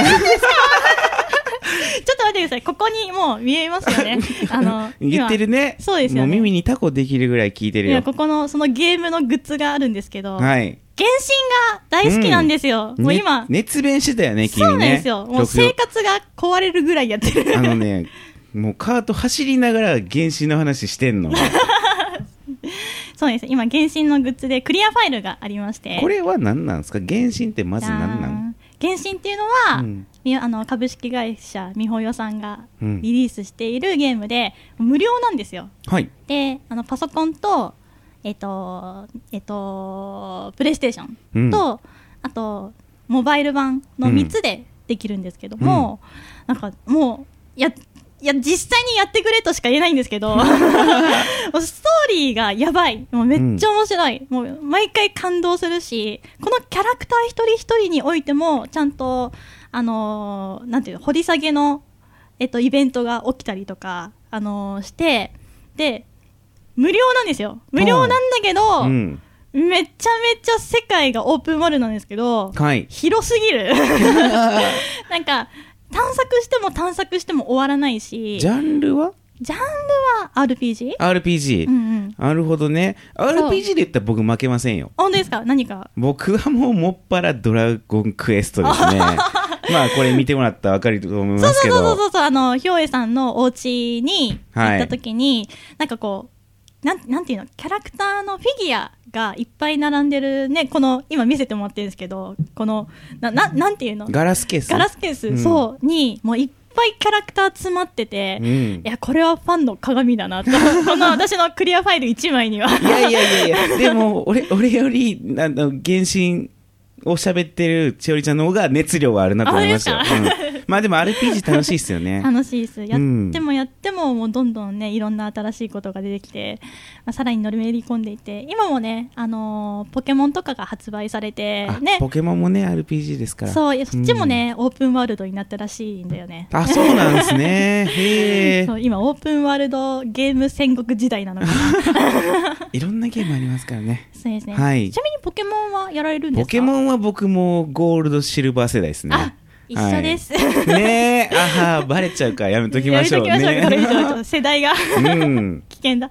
Speaker 2: と待ってください。ここにもう見えますよ ね。あの、
Speaker 3: 言ってるね。
Speaker 2: 今そうですよね
Speaker 3: もう耳にタコできるぐらい聞いて
Speaker 2: 今。
Speaker 3: る
Speaker 2: いや、
Speaker 3: よ。
Speaker 2: ここの、そのゲームのグッズがあるんですけど、
Speaker 3: はい。
Speaker 2: 原神が大好きなんですよ。もう
Speaker 3: ね
Speaker 2: 今、
Speaker 3: 熱弁してたよね、君ね。
Speaker 2: そうなんですよ。もう
Speaker 3: 録音
Speaker 2: 生活が壊れるぐらいやってる。
Speaker 3: あのね、もうカート走りながら原神の話し てんの。
Speaker 2: そうです。今、原神のグッズでクリアファイルがありまして。
Speaker 3: これは何なんですか原神ってまず何
Speaker 2: じゃ
Speaker 3: なん
Speaker 2: ーん原神っていうのは、
Speaker 3: うん
Speaker 2: みあの株式会社みほよさんが
Speaker 3: うん
Speaker 2: リリースしているゲームで、無料なんですよ
Speaker 3: はい。
Speaker 2: であのパソコンとえっとえっとプレイステーショ
Speaker 3: う
Speaker 2: ン
Speaker 3: ん
Speaker 2: と、あとモバイル版の
Speaker 3: うん
Speaker 2: 3つでできるんですけども、なんかもうやいや実際にやってくれとしか言えないんですけどもうストーリーがやばいもうめっちゃ面白い、もう毎回感動するしこのキャラクター一人一人においてもちゃんとあのーなんていうの掘り下げのえっと、イベントが起きたりとか、あのーして、で、無料なんですよ。無料なんだけど、
Speaker 3: うん。
Speaker 2: めちゃめちゃ世界がオープンワールドなんですけど、
Speaker 3: はい。
Speaker 2: 広すぎ る。なんか、探索しても探索しても終わらないし、
Speaker 3: ジャンルは
Speaker 2: ジャンルは RPG?
Speaker 3: ?RPG
Speaker 2: うん。うん。
Speaker 3: なるほどね。
Speaker 2: う
Speaker 3: RPG で言ったら僕負けませんよ。
Speaker 2: 本当ですか何か。
Speaker 3: 僕はもうもっぱらドラゴンクエストです ね。まあこれ見てもらったらわかると思い
Speaker 2: そ
Speaker 3: ま
Speaker 2: う
Speaker 3: す
Speaker 2: そ
Speaker 3: け
Speaker 2: うそう
Speaker 3: ど。
Speaker 2: そうそう、あの、ひょうえさんのお家に
Speaker 3: はい
Speaker 2: 行った時に、なんかこう、なん、なんていうの、キャラクターのフィギュアがいっぱい並んでるね、この、今見せてもらってるんですけど、この、な、ななんていうの
Speaker 3: ガラスケース。
Speaker 2: ガラスケース、
Speaker 3: うん
Speaker 2: そう、に、もういっぱいキャラクター詰まってて、
Speaker 3: うん
Speaker 2: いや、これはファンの鏡だなと、 この私のクリアファイル1枚には。
Speaker 3: いやいやいやいや、でも俺、俺より、あの、原神を喋ってる千織ちゃんの方が熱量はあるなと思いましたよ。
Speaker 2: あそうです
Speaker 3: うんまあでも RPG 楽しいっすよね。
Speaker 2: 楽しいです。やっ
Speaker 3: うん
Speaker 2: てもやっても、もうどんどんね、いろんな新しいことが出てきて、まあ、さらに乗りめり込んでいて、今もね、あのーポケモンとかが発売されて、
Speaker 3: あ
Speaker 2: ね、
Speaker 3: ポケモンもね、RPG ですから。
Speaker 2: そう、いやそっちもね、オープンワールドになったらしいんだよね。
Speaker 3: あ、そうなんですね。へえ
Speaker 2: そ。う今、オープンワールドゲーム戦国時代なのかな。
Speaker 3: いろんなゲームありますからね。
Speaker 2: そうですね。
Speaker 3: はい
Speaker 2: ちなみにポケモンはやられるんです
Speaker 3: ポ
Speaker 2: か
Speaker 3: ケモンは僕もゴールド、シルバー世代ですね。
Speaker 2: あ一緒です
Speaker 3: はいねえ、あは、バレちゃうからやめときましょう
Speaker 2: やめときましょう、これ以上ちょっ
Speaker 3: ね。
Speaker 2: と世代が
Speaker 3: うん。
Speaker 2: 危険だ。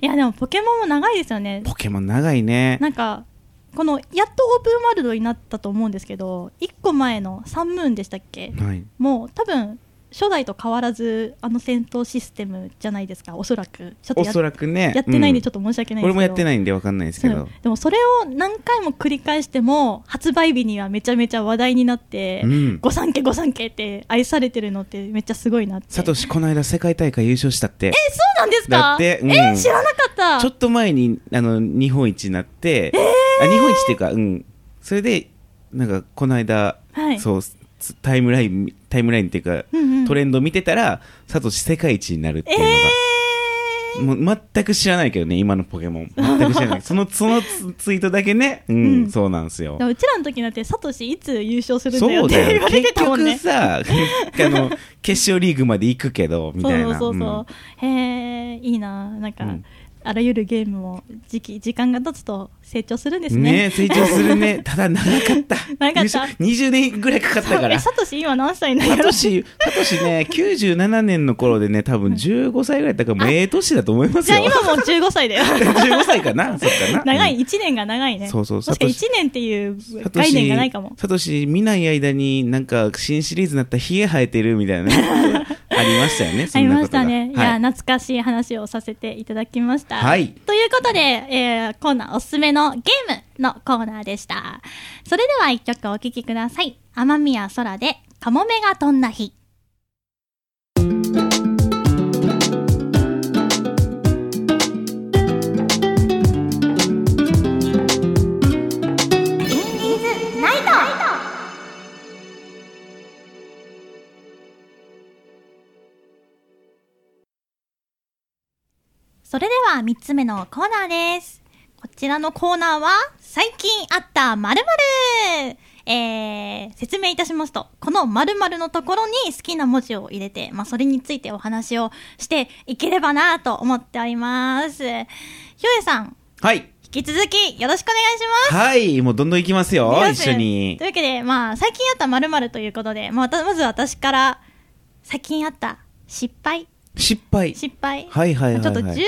Speaker 2: いや、でもポケモンも長いですよね。
Speaker 3: ポケモン長いね。
Speaker 2: なんかこのやっとオープンワールドになったと思うんですけど1個前のサンムーンでしたっけ
Speaker 3: はい。
Speaker 2: もう多分初代と変わらずあの戦闘システムじゃないですかおそらくちょっと
Speaker 3: お
Speaker 2: や
Speaker 3: そらくね。
Speaker 2: やってないんで
Speaker 3: うん
Speaker 2: ちょっと申し訳ないんですけど、
Speaker 3: 俺もやって
Speaker 2: い
Speaker 3: ないんでわかんないですけど。
Speaker 2: でもそれを何回も繰り返しても発売日にはめちゃめちゃ話題になって、
Speaker 3: うん
Speaker 2: ご三家ご三家って愛されてるのってめっちゃすごいなって
Speaker 3: サトシ、この間世界大会優勝したって。
Speaker 2: えそうなんですか
Speaker 3: だってうん
Speaker 2: え知らなかった
Speaker 3: ちょっと前に、あの、日本一になって、あ日本一っていうか、うん。それで、なんか、この間、
Speaker 2: はい
Speaker 3: そう、つタイムライン、タイムラインっていうか、
Speaker 2: うんうん
Speaker 3: トレンド見てたら、サトシ世界一になるっていうのが。
Speaker 2: えー、
Speaker 3: もう全く知らないけどね、今のポケモン。全く知 らない。その、そのツツイートだけね、うん、
Speaker 2: うん
Speaker 3: そうなんですよ
Speaker 2: だか。らうちらの時なんてサトシいつ優勝するんだよ
Speaker 3: そ
Speaker 2: っ
Speaker 3: う
Speaker 2: て
Speaker 3: だ
Speaker 2: 言
Speaker 3: よ。
Speaker 2: われて
Speaker 3: 結
Speaker 2: たもん
Speaker 3: 局
Speaker 2: ね。
Speaker 3: さ、あの、 決勝リーグまで行くけど、み
Speaker 2: そ
Speaker 3: たいうな。
Speaker 2: そうそう。へえ、いいな。なんか、
Speaker 3: うん
Speaker 2: あらゆるゲームも時期時間が経つと成長するんです
Speaker 3: うんね
Speaker 2: ね。
Speaker 3: 成長するね。ただ長かった。
Speaker 2: 長かった
Speaker 3: 優勝20年ぐらいかかったか
Speaker 2: え、
Speaker 3: ら。
Speaker 2: サトシ今何歳な
Speaker 3: サ
Speaker 2: の
Speaker 3: トシ、サトシね、97年の頃でね、多分15歳ぐらいだったから、もうええ年だと思います
Speaker 2: じゃ
Speaker 3: よ。
Speaker 2: あ今もう15歳だよ。
Speaker 3: 15歳 かなそっかな。
Speaker 2: 長い、
Speaker 3: うん
Speaker 2: 1年が長いね。
Speaker 3: そうそう
Speaker 2: 確かに
Speaker 3: サトシ
Speaker 2: 1年っていう
Speaker 3: サト
Speaker 2: 概
Speaker 3: シ
Speaker 2: 念がないかも。
Speaker 3: サトシ見ない間になんか新シリーズになったらヒゲ生えてるみたいな ねありましたよね。
Speaker 2: あ
Speaker 3: そ
Speaker 2: り
Speaker 3: んな
Speaker 2: ま
Speaker 3: こ
Speaker 2: し
Speaker 3: とが
Speaker 2: たね。い
Speaker 3: は
Speaker 2: や、
Speaker 3: い。
Speaker 2: 懐かしい話をさせていただきました。
Speaker 3: はい
Speaker 2: ということで、えー、コーナーおすすめのゲームのコーナーでした。それでは一曲お聴きください。雨宮空で、カモメが飛んだ日。インディーズナイトそれでは3つ目のコーナーです。こちらのコーナーは、最近あった〇〇えー説明いたしますと、この〇〇のところに好きな文字を入れて、まあ、それについてお話をしていければなと思っております。ひょえさん、
Speaker 3: はい。
Speaker 2: 引き続きよろしくお願いします。
Speaker 3: はい。もうどんどん行きますよ。
Speaker 2: よし
Speaker 3: 一緒に
Speaker 2: とい。うわけで、まあ、最近あった〇〇ということで、まあ、まず私から、最近あった失敗
Speaker 3: 失敗。
Speaker 2: 失敗
Speaker 3: はいはいはいはい
Speaker 2: ちょっと10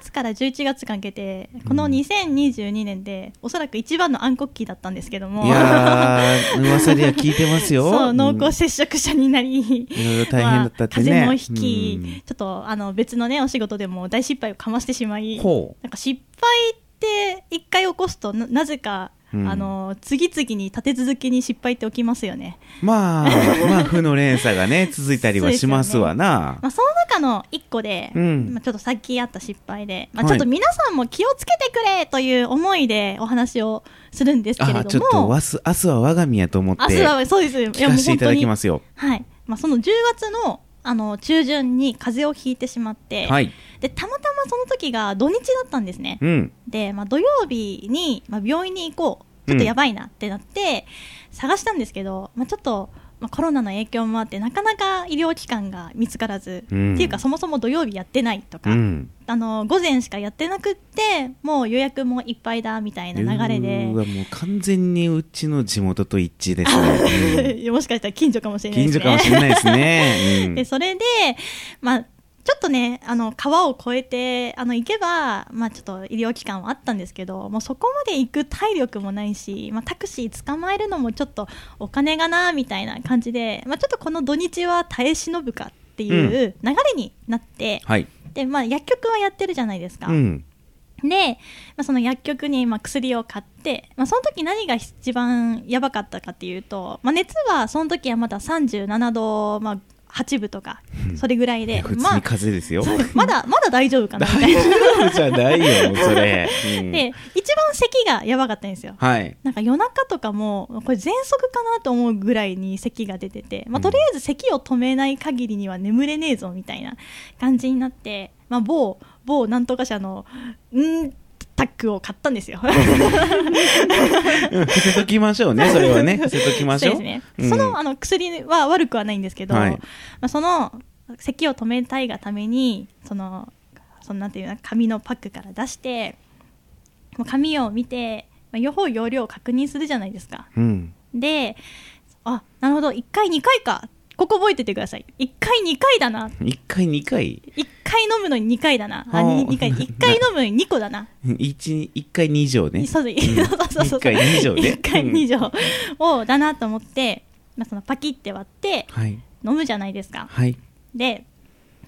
Speaker 2: 月から11月間けてこの2022年で、おそらく一番の暗黒期だったんですけども
Speaker 3: いやー、噂では聞いてますよ。
Speaker 2: そう濃
Speaker 3: う
Speaker 2: 厚
Speaker 3: ん
Speaker 2: 接触者になり
Speaker 3: いろいろ大変だったってね
Speaker 2: まあ風邪もひき、
Speaker 3: うん
Speaker 2: ちょっとあの別のねお仕事でも大失敗をかましてしまい
Speaker 3: ほう
Speaker 2: なんか失敗って一回起こすとななぜか、
Speaker 3: うん
Speaker 2: あの次々に立て続けに失敗って起きますよね。
Speaker 3: まあ、まあ、負の連鎖がね、続いたりはしますわな。
Speaker 2: まあ、その中の一個で、
Speaker 3: うん
Speaker 2: まあ、ちょっとさっきあった失敗で、まあ、
Speaker 3: は
Speaker 2: ち
Speaker 3: い
Speaker 2: ょっと皆さんも気をつけてくれという思いでお話をするんですけれど
Speaker 3: あ、
Speaker 2: も、
Speaker 3: ちょっと、わす、明日は我が身やと思って、
Speaker 2: 明日はそうです、い。
Speaker 3: 聞かせていただきますすよ。
Speaker 2: はいまあ、その10月のあの中旬に風邪をひいてしまって、
Speaker 3: はい。
Speaker 2: でたまたまその時が土日だったんですね。
Speaker 3: うん。
Speaker 2: で、まあ、土曜日に、まあ、病院に行こうちょっとやばいなってなって、探したんですけど、まあ、ちょっと、まあ、コロナの影響もあってなかなか医療機関が見つからず、
Speaker 3: うん
Speaker 2: っていうかそもそも土曜日やってないとか、
Speaker 3: うん。
Speaker 2: あの午前しかやってなくってもう予約もいっぱいだみたいな流れで
Speaker 3: うーわ、もう完全にうちの地元と一致です ね。
Speaker 2: もしかしたら近所かもし
Speaker 3: う
Speaker 2: れな
Speaker 3: ん
Speaker 2: いで
Speaker 3: 近
Speaker 2: す
Speaker 3: 所
Speaker 2: ね。
Speaker 3: かもしれないですね。う
Speaker 2: で
Speaker 3: ん
Speaker 2: それで、まあ、ちょっとねあの川を越えてあの行けば、まあ、ちょっと医療機関はあったんですけどもうそこまで行く体力もないし、まあ、タクシー捕まえるのもちょっとお金がなみたいな感じで、まあ、ちょっとこの土日は耐え忍ぶかっていう流れになって、
Speaker 3: はい。
Speaker 2: でまあ、薬局はやってるじゃないですか。
Speaker 3: うん。
Speaker 2: で、まあ、その薬局にまあ薬を買って、まあ、その時何が一番やばかったかっていうと、まあ、熱はその時はまだ37度、まあ、8分とかそれぐらい
Speaker 3: い
Speaker 2: で、
Speaker 3: や普通
Speaker 2: ま
Speaker 3: に
Speaker 2: あ、
Speaker 3: 風邪ですよ。
Speaker 2: そうまだまだ大丈夫かなみた
Speaker 3: 大
Speaker 2: いな。
Speaker 3: 丈夫じゃないよ、それ。うん
Speaker 2: で一番咳がやばかったんですよ。
Speaker 3: はい。
Speaker 2: なんか夜中とかもこれ喘息かなと思うぐらいに咳が出てて、まあ、とりあえず咳を止めない限りには眠れねえぞみたいな感じになって、まあ、某某なんとか社のんタックを買ったん ですよ。
Speaker 3: うん伏せときましょうね、それはね。伏せときましょう。
Speaker 2: そうですね。
Speaker 3: うん
Speaker 2: そのあの薬は悪くはないんですけど、
Speaker 3: はい
Speaker 2: まあ、その咳を止めたいがためにそのそのなんていうの紙のパックから出して、もう紙を見て、まあ、予報容量を確認するじゃないですか。
Speaker 3: うん。
Speaker 2: で、あなるほど1回2回か。ここ覚えててください。1回2回だな。
Speaker 3: 1回、2回。
Speaker 2: 1回飲むのに2回だな。あ、
Speaker 3: あー
Speaker 2: に二回。1回飲むのに2個だな。
Speaker 3: 一一回2錠 ね。
Speaker 2: そうです。 そうそうそう。
Speaker 3: 一回二錠ね
Speaker 2: 一回二錠を、だなと思って、まあ、そのパキって割って、
Speaker 3: はい。
Speaker 2: 飲むじゃないですか。
Speaker 3: はい。
Speaker 2: で、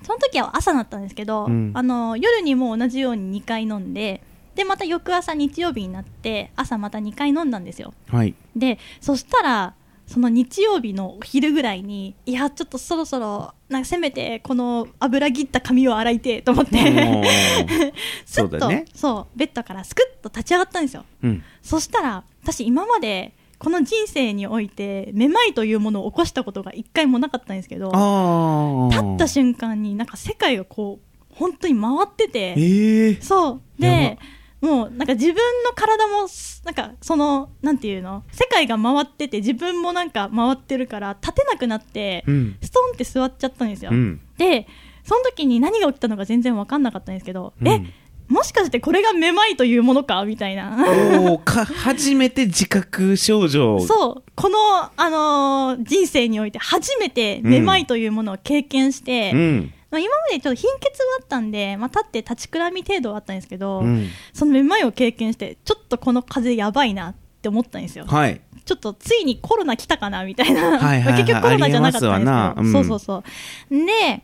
Speaker 2: その時は朝だったんですけど、
Speaker 3: うん
Speaker 2: あの、夜にもう同じように2回飲んで、で、また翌朝日曜日になって、朝また2回飲んだんですよ。
Speaker 3: はい。
Speaker 2: でそしたらその日曜日のお昼ぐらいにいやちょっとそろそろなんかせめてこの油切った髪を洗いてえと思っ
Speaker 3: お
Speaker 2: て
Speaker 3: ー
Speaker 2: スッ
Speaker 3: そう
Speaker 2: と
Speaker 3: だね
Speaker 2: そうベッドからスクッと立ち上がったんですよ
Speaker 3: うん。
Speaker 2: そしたら私今までこの人生においてめまいというものを起こしたことが一回もなかったんですけど
Speaker 3: ああ。
Speaker 2: 立った瞬間になんか世界がこう本当に回ってて
Speaker 3: ええー。
Speaker 2: そうでもうなんか自分の体もすなんかそのなんていうの世界が回ってて自分もなんか回ってるから立てなくなって、
Speaker 3: うん。
Speaker 2: ストンって座っちゃったんですよ、
Speaker 3: うん。
Speaker 2: でその時に何が起きたのか全然分かんなかったんですけど、
Speaker 3: うん
Speaker 2: えもしかしてこれがめまいというものかみたいな
Speaker 3: おーか、初めて自覚症状。
Speaker 2: そうこの、あのー人生において初めてめまいというものを経験して、
Speaker 3: うん。
Speaker 2: まあ、今までちょっと貧血はあったんで、まあ、立って立ちくらみ程度はあったんですけど、
Speaker 3: うん。
Speaker 2: そのめまいを経験してちょっとこの風やばいなって思ったんですよ
Speaker 3: はい。
Speaker 2: ちょっとついにコロナ来たかなみたいな、
Speaker 3: はいはいはい
Speaker 2: 結局コロナじゃなかったんですけど
Speaker 3: ありますわなうん
Speaker 2: そうそうそうで、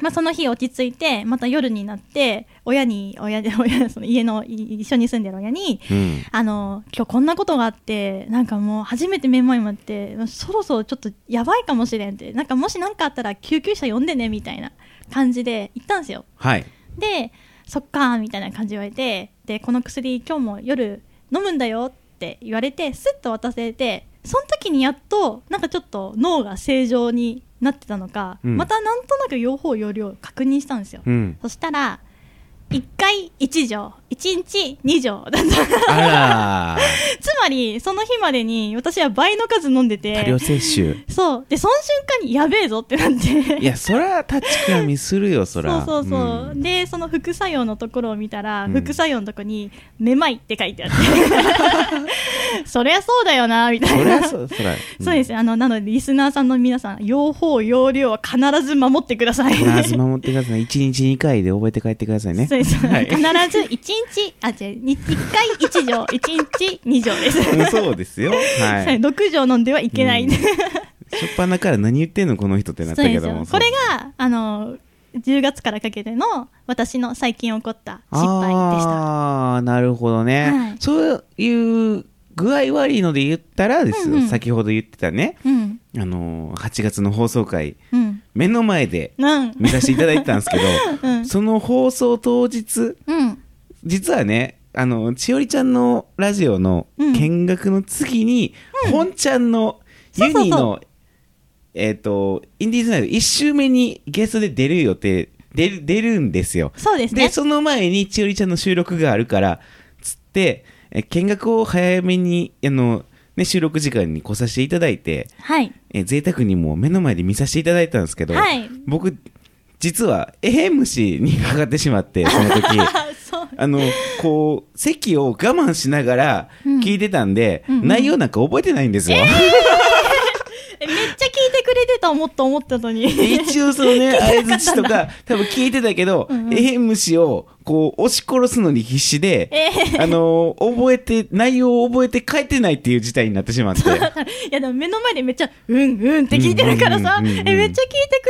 Speaker 2: まあ、その日落ち着いてまた夜になって親に親で親その家のい一緒に住んでる親に
Speaker 3: うん。
Speaker 2: あの今日こんなことがあってなんかもう初めてめまいもあってそろそろちょっとやばいかもしれんってなんかもし何かあったら救急車呼んでねみたいな感じで行ったんですよ
Speaker 3: はい。
Speaker 2: でそっかーみたいな感じで言われてでこの薬今日も夜飲むんだよって言われてスッと渡されてその時にやっとなんかちょっと脳が正常になってたのか、
Speaker 3: うん
Speaker 2: またなんとなく用法用量確認したんですよ、
Speaker 3: うん。
Speaker 2: そしたら1回1錠1 1日2錠だった。
Speaker 3: あら
Speaker 2: つまり、その日までに私は倍の数飲んで
Speaker 3: ー、多量
Speaker 2: て、
Speaker 3: 摂取。
Speaker 2: そう。で、その瞬間にやべえぞってなって。
Speaker 3: いや、そら、立ちくらみするよ、そ
Speaker 2: そ
Speaker 3: ら。
Speaker 2: うそうそう、
Speaker 3: ん
Speaker 2: でその副作用のところを見たら、
Speaker 3: うん
Speaker 2: 副作用のとこに「めまい」って書いてあ って「そりゃそうだよな」みた
Speaker 3: そ
Speaker 2: い
Speaker 3: り
Speaker 2: な
Speaker 3: ゃそう、そら。。
Speaker 2: そうですすあのなのでリスナーさんの皆さん用法用量は必ず守ってください
Speaker 3: 必ず守ってください。1日2回で覚えて帰ってくださいね。
Speaker 2: そうです、
Speaker 3: はい
Speaker 2: 必ず1日あ違うに一回1錠 1日2錠です、
Speaker 3: うんそうですよ。は
Speaker 2: はい
Speaker 3: い。
Speaker 2: 6錠飲んではいけない、
Speaker 3: うんしょっぱなから何言ってんのこの人ってなった
Speaker 2: そう
Speaker 3: け
Speaker 2: です
Speaker 3: ども。
Speaker 2: よこれがあの10月からかけての私の最近起こった失敗でした
Speaker 3: ああ、なるほどね。
Speaker 2: はい
Speaker 3: そういう具合悪いので言ったらですよ、
Speaker 2: うんうん
Speaker 3: 先ほど言ってたね、
Speaker 2: うん
Speaker 3: あのー、8月の放送回、
Speaker 2: うん
Speaker 3: 目の前で
Speaker 2: うん
Speaker 3: 見させていただいてたんですけど、
Speaker 2: うん
Speaker 3: その放送当日、
Speaker 2: うん。
Speaker 3: 実はね、あの、ちおりちゃんのラジオの
Speaker 2: うん
Speaker 3: 見学の次に、本ちゃんの
Speaker 2: そう
Speaker 3: ユ
Speaker 2: そうそう
Speaker 3: ニの、えっと、インディーズナイト1周目にゲストで出る予定、出る出るんですよ。
Speaker 2: そうですね。
Speaker 3: で、その前に千織ちゃんの収録があるから、つって、え見学を早めに、あの、ね、収録時間に来させていただいて、
Speaker 2: はい。
Speaker 3: え贅沢にもう目の前で見させていただいたんですけど、
Speaker 2: はい
Speaker 3: 僕、実は、えへむしにかかってしまって、その時。
Speaker 2: あ、 そう。
Speaker 3: あの、こう、席を我慢しながら聞いてたんで、
Speaker 2: うんうん
Speaker 3: 内容なんか覚えてないんですよ。
Speaker 2: えめっちゃ聞いてくれてたもっと思ったのに。
Speaker 3: 一応そのね、相づちとか、多分聞いてたけど、
Speaker 2: うんうん
Speaker 3: えへん虫を、こう、押し殺すのに必死で、あのー覚えて、内容を覚えて書いてないっていう事態になって しまって。
Speaker 2: いやでも目の前でめっちゃ「うんうん」って聞いてるからさ、
Speaker 3: うんうんうんうん
Speaker 2: えめっちゃ聞いてくれてる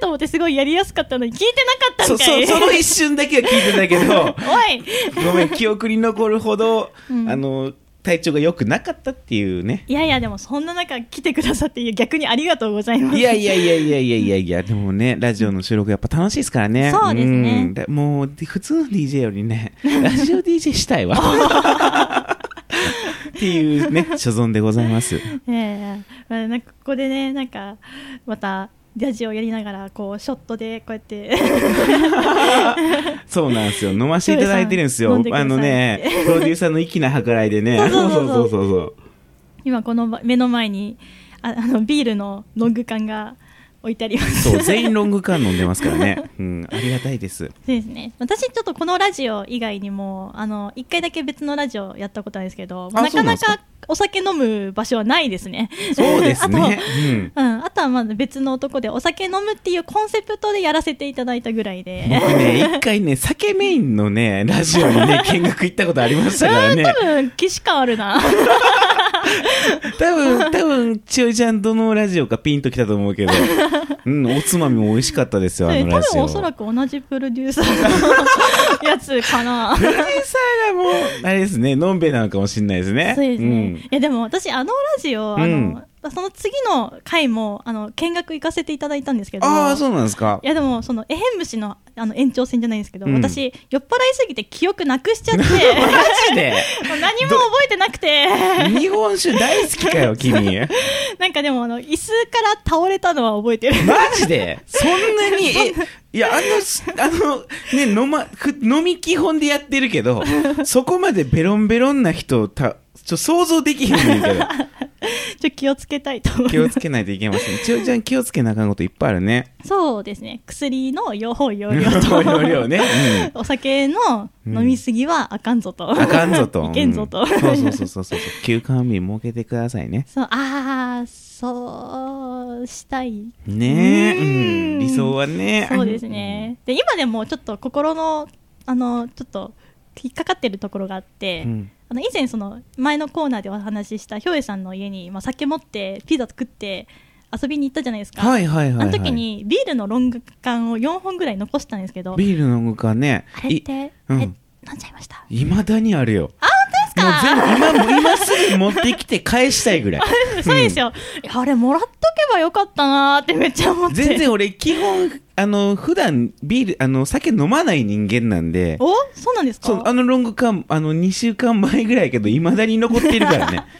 Speaker 2: と思ってすごいやりやすかったのに聞いてなかった
Speaker 3: そ
Speaker 2: ん
Speaker 3: う、
Speaker 2: か
Speaker 3: そ、
Speaker 2: いう、
Speaker 3: その一瞬だけは聞いてたけど
Speaker 2: おい
Speaker 3: ごめん、記憶に残るほど、
Speaker 2: うん
Speaker 3: あのー体調が良くなかったっていうね。
Speaker 2: いやいやでもそんな中来てくださって逆にありがとうございます
Speaker 3: いやいやいやいやいやいやいや、でもね、ラジオの収録やっぱ楽しいですからね。
Speaker 2: そうですね
Speaker 3: んでもう、普通の DJ より ね、ラジオ DJ したいわ。っていうね、所存でございます。
Speaker 2: ええまあ、なんかここでねなんかまたラジオやりながらこうショットでこうやって
Speaker 3: そうなんですよ。飲ませていただいてるんです
Speaker 2: そう
Speaker 3: よ
Speaker 2: です。
Speaker 3: あのね
Speaker 2: 飲んでくださいっ、
Speaker 3: プロデューサーの粋な計らいでね。
Speaker 2: そうそうそうそう
Speaker 3: そうそう
Speaker 2: 今このば目の前にああのビールのロング缶が置いてありま
Speaker 3: そう。
Speaker 2: す
Speaker 3: そう、全員ロング缶飲んでますからね。うん、ありがたいです。
Speaker 2: そう ですね私ちょっとこのラジオ以外にもあの一回だけ別のラジオやったことあるんですけど
Speaker 3: あ
Speaker 2: な
Speaker 3: そ
Speaker 2: か
Speaker 3: うなん
Speaker 2: な
Speaker 3: ですか
Speaker 2: かお酒飲む場所はないですね
Speaker 3: そうですね。うん。
Speaker 2: あと,、うん、あとはまだ別の男でお酒飲むっていうコンセプトでやらせていただいたぐらい
Speaker 3: 僕
Speaker 2: で
Speaker 3: ね、一回ね、酒メインのね、ラジオにね、見学行ったことありましたから ね
Speaker 2: 多。分既視感あるな
Speaker 3: 多分、多分、千代ちゃんどのラジオかピンときたと思う けど。うん、おつまみも美味しかったですよ、
Speaker 2: そ
Speaker 3: あ
Speaker 2: う
Speaker 3: の
Speaker 2: 多
Speaker 3: ラジ
Speaker 2: 分
Speaker 3: オ。
Speaker 2: おそらく同じプロデューサーの やつかな
Speaker 3: プロデューサーがもう、あれですね、のんべえなのかもしれないですね。
Speaker 2: そうですね。
Speaker 3: うん
Speaker 2: いやでも私あのラジオ、
Speaker 3: うん
Speaker 2: あのその次の回もあの見学行かせていただいたんですけど。
Speaker 3: ああ、そうなんですか
Speaker 2: い。やでもそのエヘン虫のあの延長戦じゃないんですけど、
Speaker 3: うん
Speaker 2: 私酔っ払いすぎて記憶なくし ちゃってもう
Speaker 3: マジで
Speaker 2: 何も覚えてなくて
Speaker 3: 日本酒大好きかよ、君。
Speaker 2: なんかでもあの椅子から倒れたのは覚えてる。
Speaker 3: マジでそんなに、えいや、あのす、あの、ね、飲ま、ふ飲み基本でやってるけど、そこまでベロンベロンな人、た、ちょ、想像できへんね んけど、
Speaker 2: ちょっと気をつけたいと思
Speaker 3: 気
Speaker 2: い
Speaker 3: を
Speaker 2: ます。
Speaker 3: つけないといけません。千代ちゃん気をつけなあかんこといっぱいあるね。
Speaker 2: そうですね。薬の用法用量 と。
Speaker 3: 要領ね。う ん
Speaker 2: お酒の飲みすぎはあかんぞと。
Speaker 3: あかんぞと。
Speaker 2: いけんぞと。
Speaker 3: うんそうそうそうそうそう。休館日設けてくださいね。
Speaker 2: そう、ああ、そうしたい。
Speaker 3: ね
Speaker 2: う
Speaker 3: え、う
Speaker 2: ーん
Speaker 3: ん理想はね。
Speaker 2: そうですね。で、今でもちょっと心の、あの、ちょっと引っかかってるところがあって、
Speaker 3: うん。
Speaker 2: あの以前その前のコーナーでお話ししたひょうえさんの家に、まあ、酒持ってピザ作って遊びに行ったじゃないですか、
Speaker 3: はいはいはいはい。
Speaker 2: あの時にビールのロング缶を4本ぐらい残したんですけど
Speaker 3: ビール飲むかね。
Speaker 2: あれって、
Speaker 3: うん
Speaker 2: え飲んじゃいました
Speaker 3: いまだにあるよ。
Speaker 2: あ
Speaker 3: もう
Speaker 2: 本当ですか
Speaker 3: 全部、今も、今すぐ持ってきて返したいぐ らい。
Speaker 2: そうですよ、いやあれもらっとけばよかったなーってめっちゃ思って
Speaker 3: 全然俺、基本、あの、普段ビール、あの、酒飲まない人間なんで、
Speaker 2: おそうなんですか
Speaker 3: そう、あのロング缶、あの、2週間前ぐらいやけど、いまだに残ってるからね。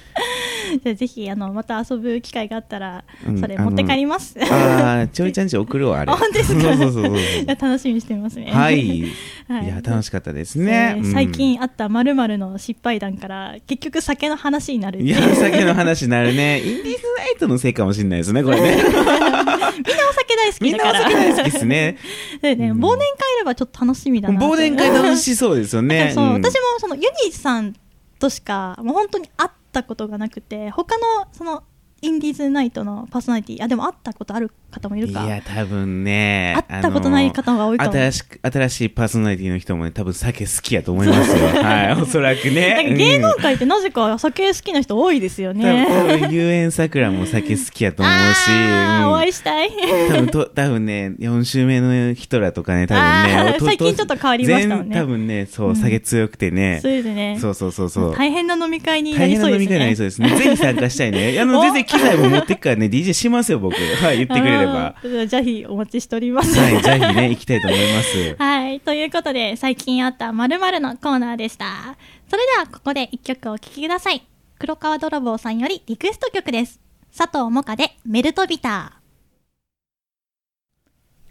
Speaker 2: じゃあぜひあのまた遊ぶ機会があったら
Speaker 3: うん
Speaker 2: それ持って帰ります。
Speaker 3: ああ、ちょいちゃんち送るわ、あれ。
Speaker 2: あ本当ですか
Speaker 3: そうそうそう そうそう
Speaker 2: いや楽しみにしてますね。
Speaker 3: はい。い
Speaker 2: はい
Speaker 3: や、楽しかったです
Speaker 2: え
Speaker 3: ね
Speaker 2: ー。
Speaker 3: うん
Speaker 2: 最。近あったまるまるの失敗談から結局酒の話になるって
Speaker 3: い
Speaker 2: いう。
Speaker 3: や、酒の話になるね。インディーズナイトのせいかもしれないですね、これね。
Speaker 2: みんなお酒大好
Speaker 3: み
Speaker 2: き
Speaker 3: ん
Speaker 2: だ
Speaker 3: な
Speaker 2: か
Speaker 3: お
Speaker 2: ら。
Speaker 3: 酒大好きですね。
Speaker 2: でね、忘年会あればちょっと楽しみだなと。
Speaker 3: 忘年会楽しそうですよ
Speaker 2: だか
Speaker 3: ね
Speaker 2: ら。そう、
Speaker 3: ん
Speaker 2: 私もそのユニさんとしかもう本当に会ったことがなくて他のそのインディーズナイトのパーソナリティあでも会ったことある方もいるか
Speaker 3: いや、多分ね。
Speaker 2: 会ったことない方が多いかも
Speaker 3: あの新しく、新しいパーソナリティの人もね、多分酒好きやと思いますよ。 はい、おそらくね。
Speaker 2: なんか芸能界ってなぜか酒好きな人多いですよ
Speaker 3: うん
Speaker 2: ね、
Speaker 3: 多分、遊園桜も酒好きやと思うし。
Speaker 2: あー
Speaker 3: うん
Speaker 2: お会いしたい
Speaker 3: 多分と多分ね4週目の人らとかね多分
Speaker 2: あ
Speaker 3: ね
Speaker 2: ー
Speaker 3: おと
Speaker 2: 最近ちょっと変わりましたもんね
Speaker 3: 全多分ねそう酒強くてね、
Speaker 2: そうですね
Speaker 3: そうそうそうそう
Speaker 2: 大変な飲み会にな
Speaker 3: 大
Speaker 2: り
Speaker 3: 変
Speaker 2: そ
Speaker 3: な
Speaker 2: うで
Speaker 3: 飲み
Speaker 2: す
Speaker 3: 会になりそう
Speaker 2: ね
Speaker 3: ですね。ぜひ参加した いね。あの、
Speaker 2: お
Speaker 3: 全然機材も持ってくからね、DJ しますよ、僕。はい、言ってくれれば。
Speaker 2: あーぜひお待ちしております
Speaker 3: はい、ぜひね、行きたいと思い ます。
Speaker 2: はい。ということで、最近あった〇〇のコーナーでした。それでは、ここで一曲お聴きください。黒川泥棒さんよりリクエスト曲です。佐藤萌歌でメルトビター。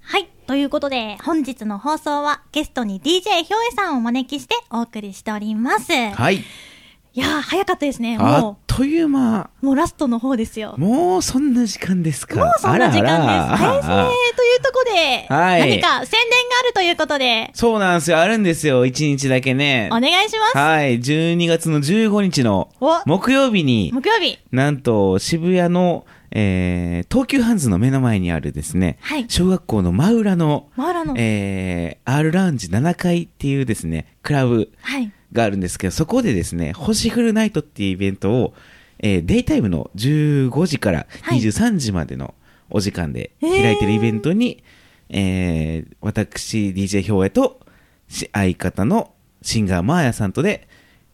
Speaker 2: はい。ということで、本日の放送はゲストに DJ ひょうえさんをお招きしてお送りしております。い
Speaker 3: はい。
Speaker 2: やー、早かったですね。
Speaker 3: あっ
Speaker 2: も
Speaker 3: という間。
Speaker 2: う、もうラストの方ですよ。も
Speaker 3: もうそんな時間ですか。
Speaker 2: うそんな時間です。
Speaker 3: あら
Speaker 2: で
Speaker 3: あ
Speaker 2: す
Speaker 3: ら
Speaker 2: ね。というとこで、
Speaker 3: は
Speaker 2: 何か宣伝
Speaker 3: い
Speaker 2: があるということで、
Speaker 3: そうなんですよ。あるんですよ。1日だけね
Speaker 2: お。願いします。
Speaker 3: はい。12月の15日の
Speaker 2: お
Speaker 3: 木曜日に、
Speaker 2: 木曜日。
Speaker 3: なんと渋谷の、えー東急ハンズの目の前にあるですね、
Speaker 2: はい
Speaker 3: 小学校の真裏の、
Speaker 2: マウラの。
Speaker 3: えー、R ラウンジ7階っていうですね、クラブ
Speaker 2: はい。
Speaker 3: があるんですけど、そこでですね、星降るナイトっていうイベントを、えーデイタイムの15時から
Speaker 2: はい
Speaker 3: 23時までのお時間で開いてるイベントに、えー私、DJ 兵衛とし相方のシンガーマーヤさんとで、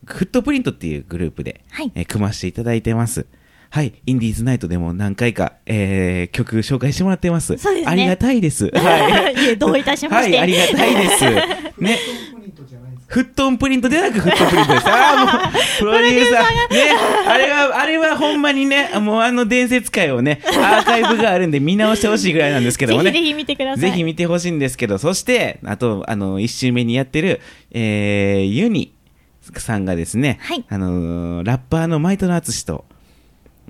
Speaker 3: フットプリントっていうグループで、
Speaker 2: はい
Speaker 3: えー組ませていただいてます。はい。インディーズナイトでも何回か、えー曲紹介してもらってます。
Speaker 2: そうですね
Speaker 3: ありがたい です。はい
Speaker 2: え、どういたしまして。
Speaker 3: はい、ありがたいです。 ね。フットンプリントでなくフットプリントです。ああ、もう、 プロデューサー。ね。あれは、あれはほんまにね、もうあの伝説会を ね、アーカイブがあるんで見直してほしいぐらいなんですけどもね。
Speaker 2: ぜひぜひ見てください
Speaker 3: ぜひ見てほしいんですけど、そして、あと、あの、一周目にやってる、えー、ユニさんがですね、
Speaker 2: はい
Speaker 3: あのーラッパーのマイトの淳と、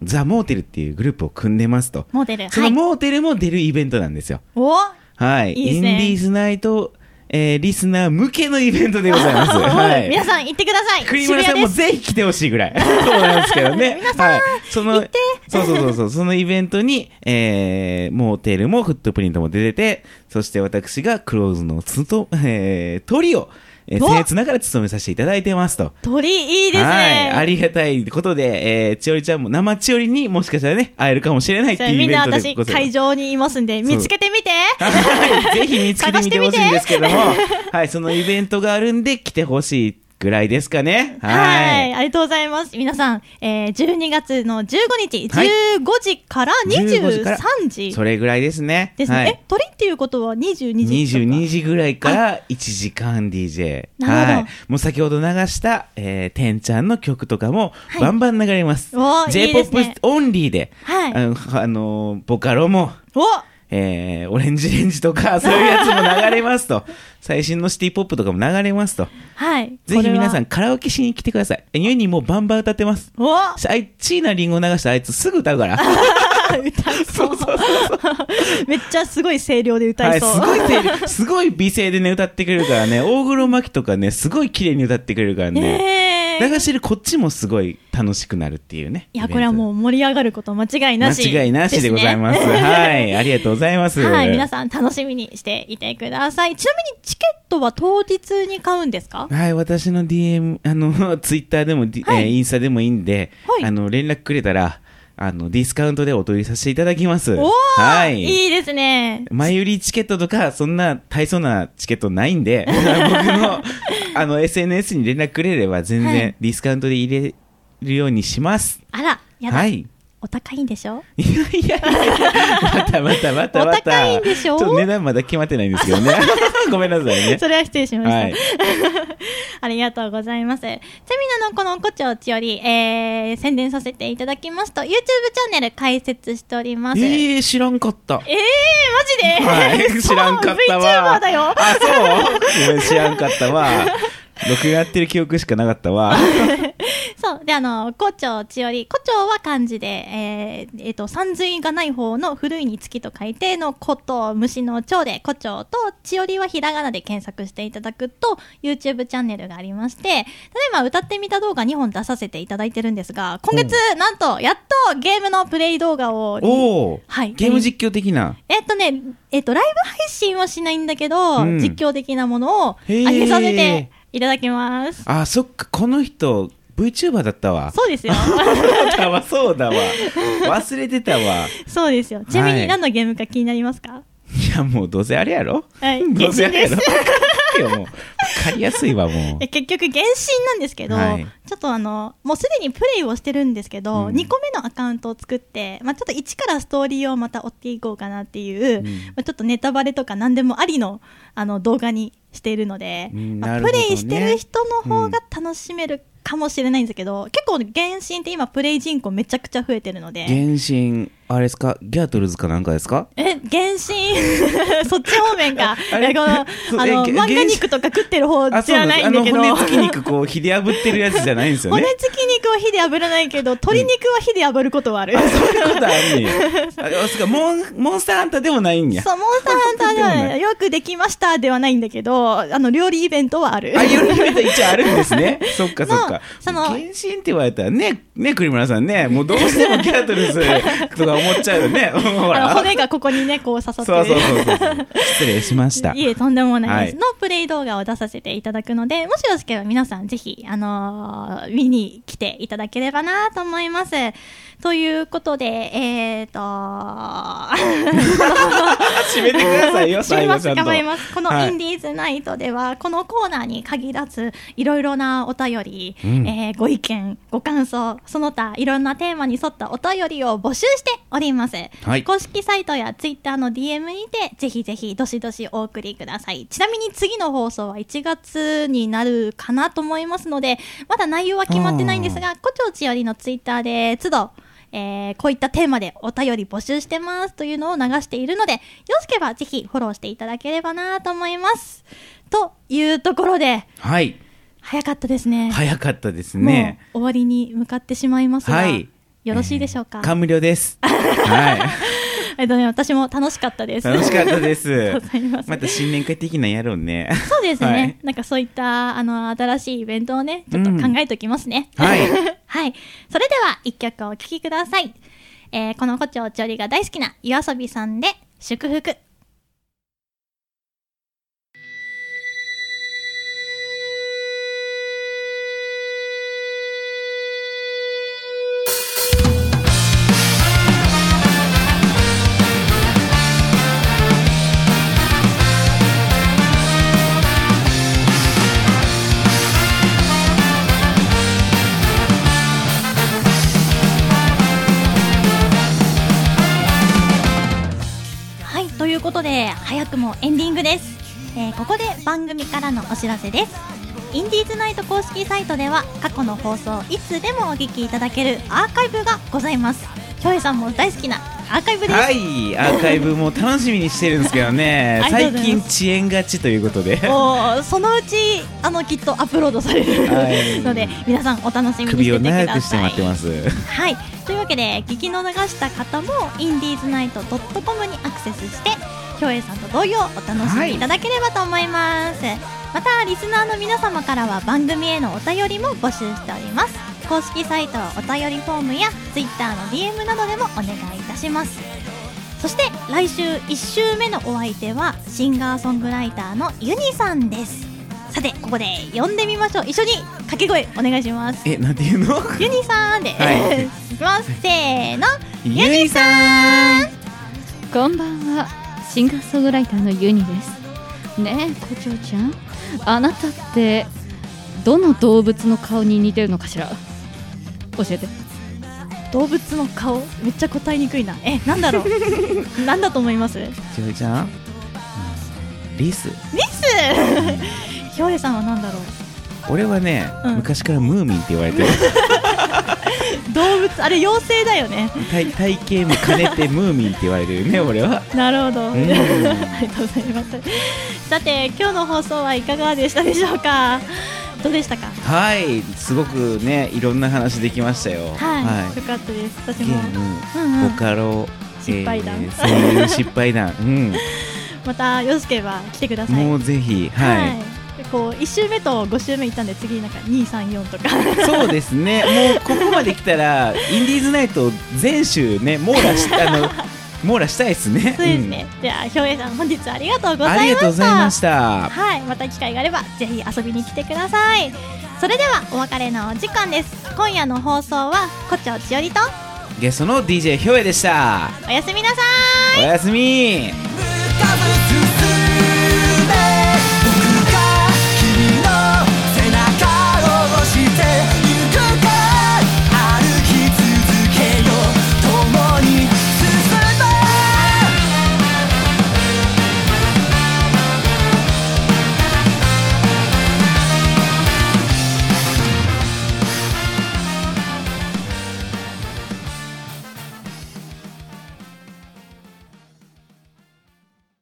Speaker 3: ザ・モーテルっていうグループを組んでますと。
Speaker 2: モデル。
Speaker 3: そ
Speaker 2: は
Speaker 3: の
Speaker 2: い。
Speaker 3: モーテルも出るイベントなんですよ。
Speaker 2: お
Speaker 3: はい。
Speaker 2: いいです
Speaker 3: イン
Speaker 2: ね
Speaker 3: ディーズナイト、えーリスナー向けのイベントでござ います。は
Speaker 2: はい、皆
Speaker 3: い。
Speaker 2: さん行ってください。
Speaker 3: 栗村さんも
Speaker 2: 渋谷です。
Speaker 3: ぜひ来てほしい ぐらい。そうなんですけどね。はい。その、
Speaker 2: 行って
Speaker 3: そうそうそうそう。そのイベントに、えー、モーテルもフットプリントも出てて、そして私がクローズのつと、えー、トリを、えー、
Speaker 2: お
Speaker 3: 僭越ながら務めさせていただいてますと。
Speaker 2: 鳥いいですね。
Speaker 3: はい。ありがたいことで、えー、千織ちゃんも、生千織にもしかしたらね、会えるかもしれないっ
Speaker 2: じ
Speaker 3: て
Speaker 2: ゃあ
Speaker 3: いう
Speaker 2: み
Speaker 3: イ
Speaker 2: ん
Speaker 3: ベン
Speaker 2: な
Speaker 3: トで
Speaker 2: 私
Speaker 3: ございます。
Speaker 2: 会場にいますんで、見つけてみて。
Speaker 3: はい ぜひ見つけてみてほしいんですけども、はい、そのイベントがあるんで来てほしいぐらいですかね。
Speaker 2: は。
Speaker 3: はいい。
Speaker 2: ありがとうございます。皆さん、えー、12月の15日、
Speaker 3: はい
Speaker 2: 15時から
Speaker 3: 15時から
Speaker 2: 23時
Speaker 3: それぐらいですね。
Speaker 2: ですね。
Speaker 3: はい
Speaker 2: え、鳥っていうことは22時
Speaker 3: 22時ぐらいから1時間 DJ。
Speaker 2: なるほど
Speaker 3: はい。もう先ほど流した、えー、てんちゃんの曲とかも
Speaker 2: はい
Speaker 3: バンバン流れます。
Speaker 2: おーいいですね
Speaker 3: J-POP オンリーで、
Speaker 2: はい
Speaker 3: あのあのーボカロも、
Speaker 2: お
Speaker 3: えー、オレンジレンジとか、そういうやつも流れます と。最新のシティポップとかも流れますと。
Speaker 2: はい。
Speaker 3: ぜひ皆さん
Speaker 2: こ
Speaker 3: カラオケしに来てください。えユニもうバンバン歌ってます。
Speaker 2: れは。
Speaker 3: あいチーナリンゴ流したらあいつすぐ歌うから。
Speaker 2: お歌いそう。めっちゃすごい声量で歌
Speaker 3: はいい、す
Speaker 2: そう。
Speaker 3: ごい声量すごい美声でね、歌ってくれるか らね。大黒摩季とかね、すごい綺麗に歌ってくれるからね。
Speaker 2: ねえ
Speaker 3: 流してるこっちもすごい楽しくなるっていうね。
Speaker 2: いや、これはも
Speaker 3: う。
Speaker 2: う盛り上がること間違いな
Speaker 3: 間
Speaker 2: し、
Speaker 3: 違いなしでございます。
Speaker 2: ですね
Speaker 3: はい。ありがとうございます。
Speaker 2: はい、皆さん楽しみにしていてください。ちなみにチケットは当日に買うんですか
Speaker 3: はい、私の DM、あの、 ツイッターでも、D
Speaker 2: はい
Speaker 3: えーインスタでもいいんで、
Speaker 2: はい
Speaker 3: あの、連絡くれたら、あの、ディスカウントでお取りさせていただきます。
Speaker 2: おー、、
Speaker 3: はいい。
Speaker 2: いですね。
Speaker 3: 前売りチケットとか、そんな大層なチケットないんで、僕の、あの、SNS に連絡くれれば全
Speaker 2: は
Speaker 3: 然
Speaker 2: い
Speaker 3: ディスカウントで入れるようにします。
Speaker 2: あら、やだ、
Speaker 3: はい。
Speaker 2: お高いんでしょ
Speaker 3: いやいやいやいや、またまたまたまた。
Speaker 2: お高いんでしょ
Speaker 3: ちょっと値段まだ決まってないんですけどね。ごめんなさいね。
Speaker 2: それは失礼しました。
Speaker 3: はい。
Speaker 4: ありがとうございます。セミナーのこのこちょちより、えー、宣伝させていただきますと、YouTube チャンネル開設しております。えー
Speaker 3: えー、知らんかった。
Speaker 4: マジで、
Speaker 3: はい、知らんかったわ。
Speaker 4: VTuber だよ。
Speaker 3: あ、そうごめん知らんかったわ。録画やってる記憶しかなかったわ。
Speaker 4: そう。で、あの、胡蝶千織。胡蝶は漢字で、えー、えっ、と、三髄がない方の古いに月と書いての胡と虫の蝶で、胡蝶と千織はひらがなで検索していただくと、YouTube チャンネルがありまして、例えば歌ってみた動画2本出させていただいてるんですが、今月、なんと、やっとゲームのプレイ動画を、
Speaker 3: おお、
Speaker 4: はい
Speaker 3: ゲーム実況的な。
Speaker 4: えっとね、えっと、ライブ配信はしないんだけど、
Speaker 3: うん
Speaker 4: 実況的なものを
Speaker 3: へ
Speaker 4: 上
Speaker 3: ー
Speaker 4: げさせていただきます。
Speaker 3: あ、そっか、この人、VTuber だった わ。
Speaker 4: そうですよ。
Speaker 3: そうだわ、そうだわ。忘れてたわ。
Speaker 4: そうですよ。ちなみ
Speaker 3: は
Speaker 4: に
Speaker 3: い
Speaker 4: 何のゲームか気になりますか、
Speaker 3: いや、もうどうせあれやろ
Speaker 4: はい
Speaker 3: どうせあれやろ
Speaker 4: 原
Speaker 3: いやもう、わかりやすいわ、も
Speaker 4: え
Speaker 3: う。
Speaker 4: 結局原神なんですけど、
Speaker 3: はい
Speaker 4: ちょっとあのもうすでにプレイをしてるんですけど、
Speaker 3: うん
Speaker 4: 2個目のアカウントを作って、まあ、ちょっと1からストーリーをまた追っていこうかなっていう、
Speaker 3: うん
Speaker 4: まあ、ちょっとネタバレとか何でもありのあの動画にしているので、
Speaker 3: うん
Speaker 4: まあ
Speaker 3: なる
Speaker 4: プ
Speaker 3: ほどね
Speaker 4: レイしてる人の方が楽しめるかもしれないんですけど、結構原神って今プレイ人口めちゃくちゃ増えてるので。
Speaker 3: 原神、あれですかギャートルズかなんかですか
Speaker 4: え、原神 そっち方面か。
Speaker 3: あれ
Speaker 4: いやこの、あ
Speaker 3: そうえ
Speaker 4: の、
Speaker 3: げ
Speaker 4: 漫画
Speaker 3: 原神
Speaker 4: 肉とか食ってる方
Speaker 3: あ、
Speaker 4: じ
Speaker 3: そう
Speaker 4: ゃ
Speaker 3: んで
Speaker 4: な
Speaker 3: す
Speaker 4: い
Speaker 3: あ
Speaker 4: んだ
Speaker 3: の、
Speaker 4: けど。
Speaker 3: 骨付き肉、こう、火で炙ってるやつじゃないんですよね。
Speaker 4: 骨付き肉は火で炙らないけど、鶏肉は火で炙ることはある。
Speaker 3: そういうことあるんや。あれ、あそうか、モン、モンスターハンターでもないんや。
Speaker 4: そう、モンスターハンターでは
Speaker 3: でも
Speaker 4: な
Speaker 3: ない
Speaker 4: よくできましたではないんだけど、あの、料理イベント はある。
Speaker 3: あ、いろいろ一応あるんですね。 そっかそっ
Speaker 4: の
Speaker 3: か。
Speaker 4: その
Speaker 3: 原神って言われたらね、ね、栗村さ んね、もうどうしてもギャートルズ とか思っちゃうよね。 ほ
Speaker 4: あの
Speaker 3: ら。
Speaker 4: 骨がここにね、こう刺さってる。
Speaker 3: そうそうそ うそう。失礼しました。
Speaker 4: いえ、とんでもないです。
Speaker 3: は
Speaker 4: の
Speaker 3: い
Speaker 4: プレイ動画を出させていただくので、もしよろしければ皆さんぜひ、あのー見に来ていただければなと思います。ということで、えーと
Speaker 3: 締めてくださいよ、
Speaker 4: 頑張 り
Speaker 3: 最
Speaker 4: ま
Speaker 3: 後
Speaker 4: す
Speaker 3: ちゃんと。
Speaker 4: 頑張りますこの
Speaker 3: はい
Speaker 4: インディーズナイトでは、このコーナーに限らずいろいろなお便り、
Speaker 3: うん
Speaker 4: えーご意見ご感想その他いろんなテーマに沿ったお便りを募集しております、
Speaker 3: はい
Speaker 4: 公式サイトやツイッターの DM にてぜひぜひどしどしお送りくださいちなみに次の放送は1月になるかなと思いますのでまだ内容は決まってないんですが胡蝶千織のツイッターで都度えーこういったテーマでお便り募集してますというのを流しているので、よろしければぜひフォローしていただければなと思います。というところで、
Speaker 3: はい。
Speaker 4: 早かったですね。
Speaker 3: 早かったですね。
Speaker 4: もう終わりに向かってしまいますが、
Speaker 3: はい
Speaker 4: よろしいでしょうか。
Speaker 3: 完了です。はい。
Speaker 4: えっとね、私も楽しかったです。
Speaker 3: 楽しかったで す
Speaker 4: ありがとうございま。す
Speaker 3: また新年会的なんやろうね。
Speaker 4: そうですね、
Speaker 3: はい
Speaker 4: なんかそういったあの新しいイベントをね、ちょっと考えておきますね。
Speaker 3: うんはい
Speaker 4: はいそれでは一曲お聴きください。えーこの胡蝶ちょりが大好きな夜遊びさんで祝福。はい、ということで早くもエンディングです、えーここで番組からのお知らせですインディーズナイト公式サイトでは過去の放送をいつでもお聞きいただけるアーカイブがございますひょえさんも大好きなアーカイブです、
Speaker 3: はい、アーカイブも楽しみにしてるんですけどね
Speaker 4: あ、りがとう
Speaker 3: 最
Speaker 4: ござい
Speaker 3: 近
Speaker 4: ます
Speaker 3: 遅延がちということで。
Speaker 4: おーそのうちあのきっとアップロードされる、
Speaker 3: はい
Speaker 4: ので皆さんお楽しみにしててください
Speaker 3: 首を長くして待ってます。
Speaker 4: はい、というわけで聞き逃した方も indiesnight.com にアクセスしてひょうえいさんと同様お楽しみいただければと思います、またリスナーの皆様からは番組へのお便りも募集しております公式サイトお便りフォームや Twitter の DM などでもお願いいたしますそして来週1週目のお相手はシンガーソングライターのユニさんですさてここで呼んでみましょう一緒に掛け声お願いします
Speaker 3: え、なんていうの
Speaker 4: ユニさんで、
Speaker 3: はい
Speaker 4: い、きますせーの
Speaker 3: ゆいさん
Speaker 5: こんばんはシンガーソングライターのユニですねえ校長ちゃんあなたってどの動物の顔に似てるのかしら教えて
Speaker 4: 動物の顔めっちゃ答えにくいなえなんだろう なんだと思いますリ
Speaker 3: ちよちゃんうんリス
Speaker 4: スひょうえさんはなんだろう
Speaker 3: 俺はね、
Speaker 2: うん
Speaker 3: 昔からムーミンって言われ てる
Speaker 2: 動物あれ妖精だよね
Speaker 3: 体体型も兼ねてムーミンって言われてるね俺は
Speaker 2: なるほど、
Speaker 3: うん
Speaker 2: ありがとうございますさて今日の放送はいかがでしたでしょうかどうでしたか
Speaker 3: はいすごくねいろんな話できましたよ
Speaker 2: はい、よかったです私
Speaker 3: ゲ
Speaker 2: も、
Speaker 3: ーム
Speaker 2: うんうん
Speaker 3: ボカロ
Speaker 2: 失敗談
Speaker 3: えーそういう失敗談、 うん、
Speaker 2: またよすけは来てください
Speaker 3: もうぜひ、はい
Speaker 2: でこう1周目と5周目行ったんで次なんか234とか
Speaker 3: そうですね、もうここまで来たら、インディーズナイト全集ね、網羅し あの網羅したいですね。
Speaker 2: そうですね、ではひょうえいさん本日はありがとう
Speaker 3: う
Speaker 2: ご
Speaker 3: ん。あ
Speaker 2: ざ
Speaker 3: り
Speaker 2: い
Speaker 3: が
Speaker 2: ま
Speaker 3: とうご
Speaker 2: し
Speaker 3: ざい
Speaker 2: た
Speaker 3: ました。
Speaker 2: はい、また機会があればぜひ遊びに来てくださいそれではお別れのお時間です今夜の放送はこちょちよりと
Speaker 3: ゲストの DJ ひょえでした。
Speaker 2: おやすみなさい
Speaker 3: おやすみ。
Speaker 1: 「胸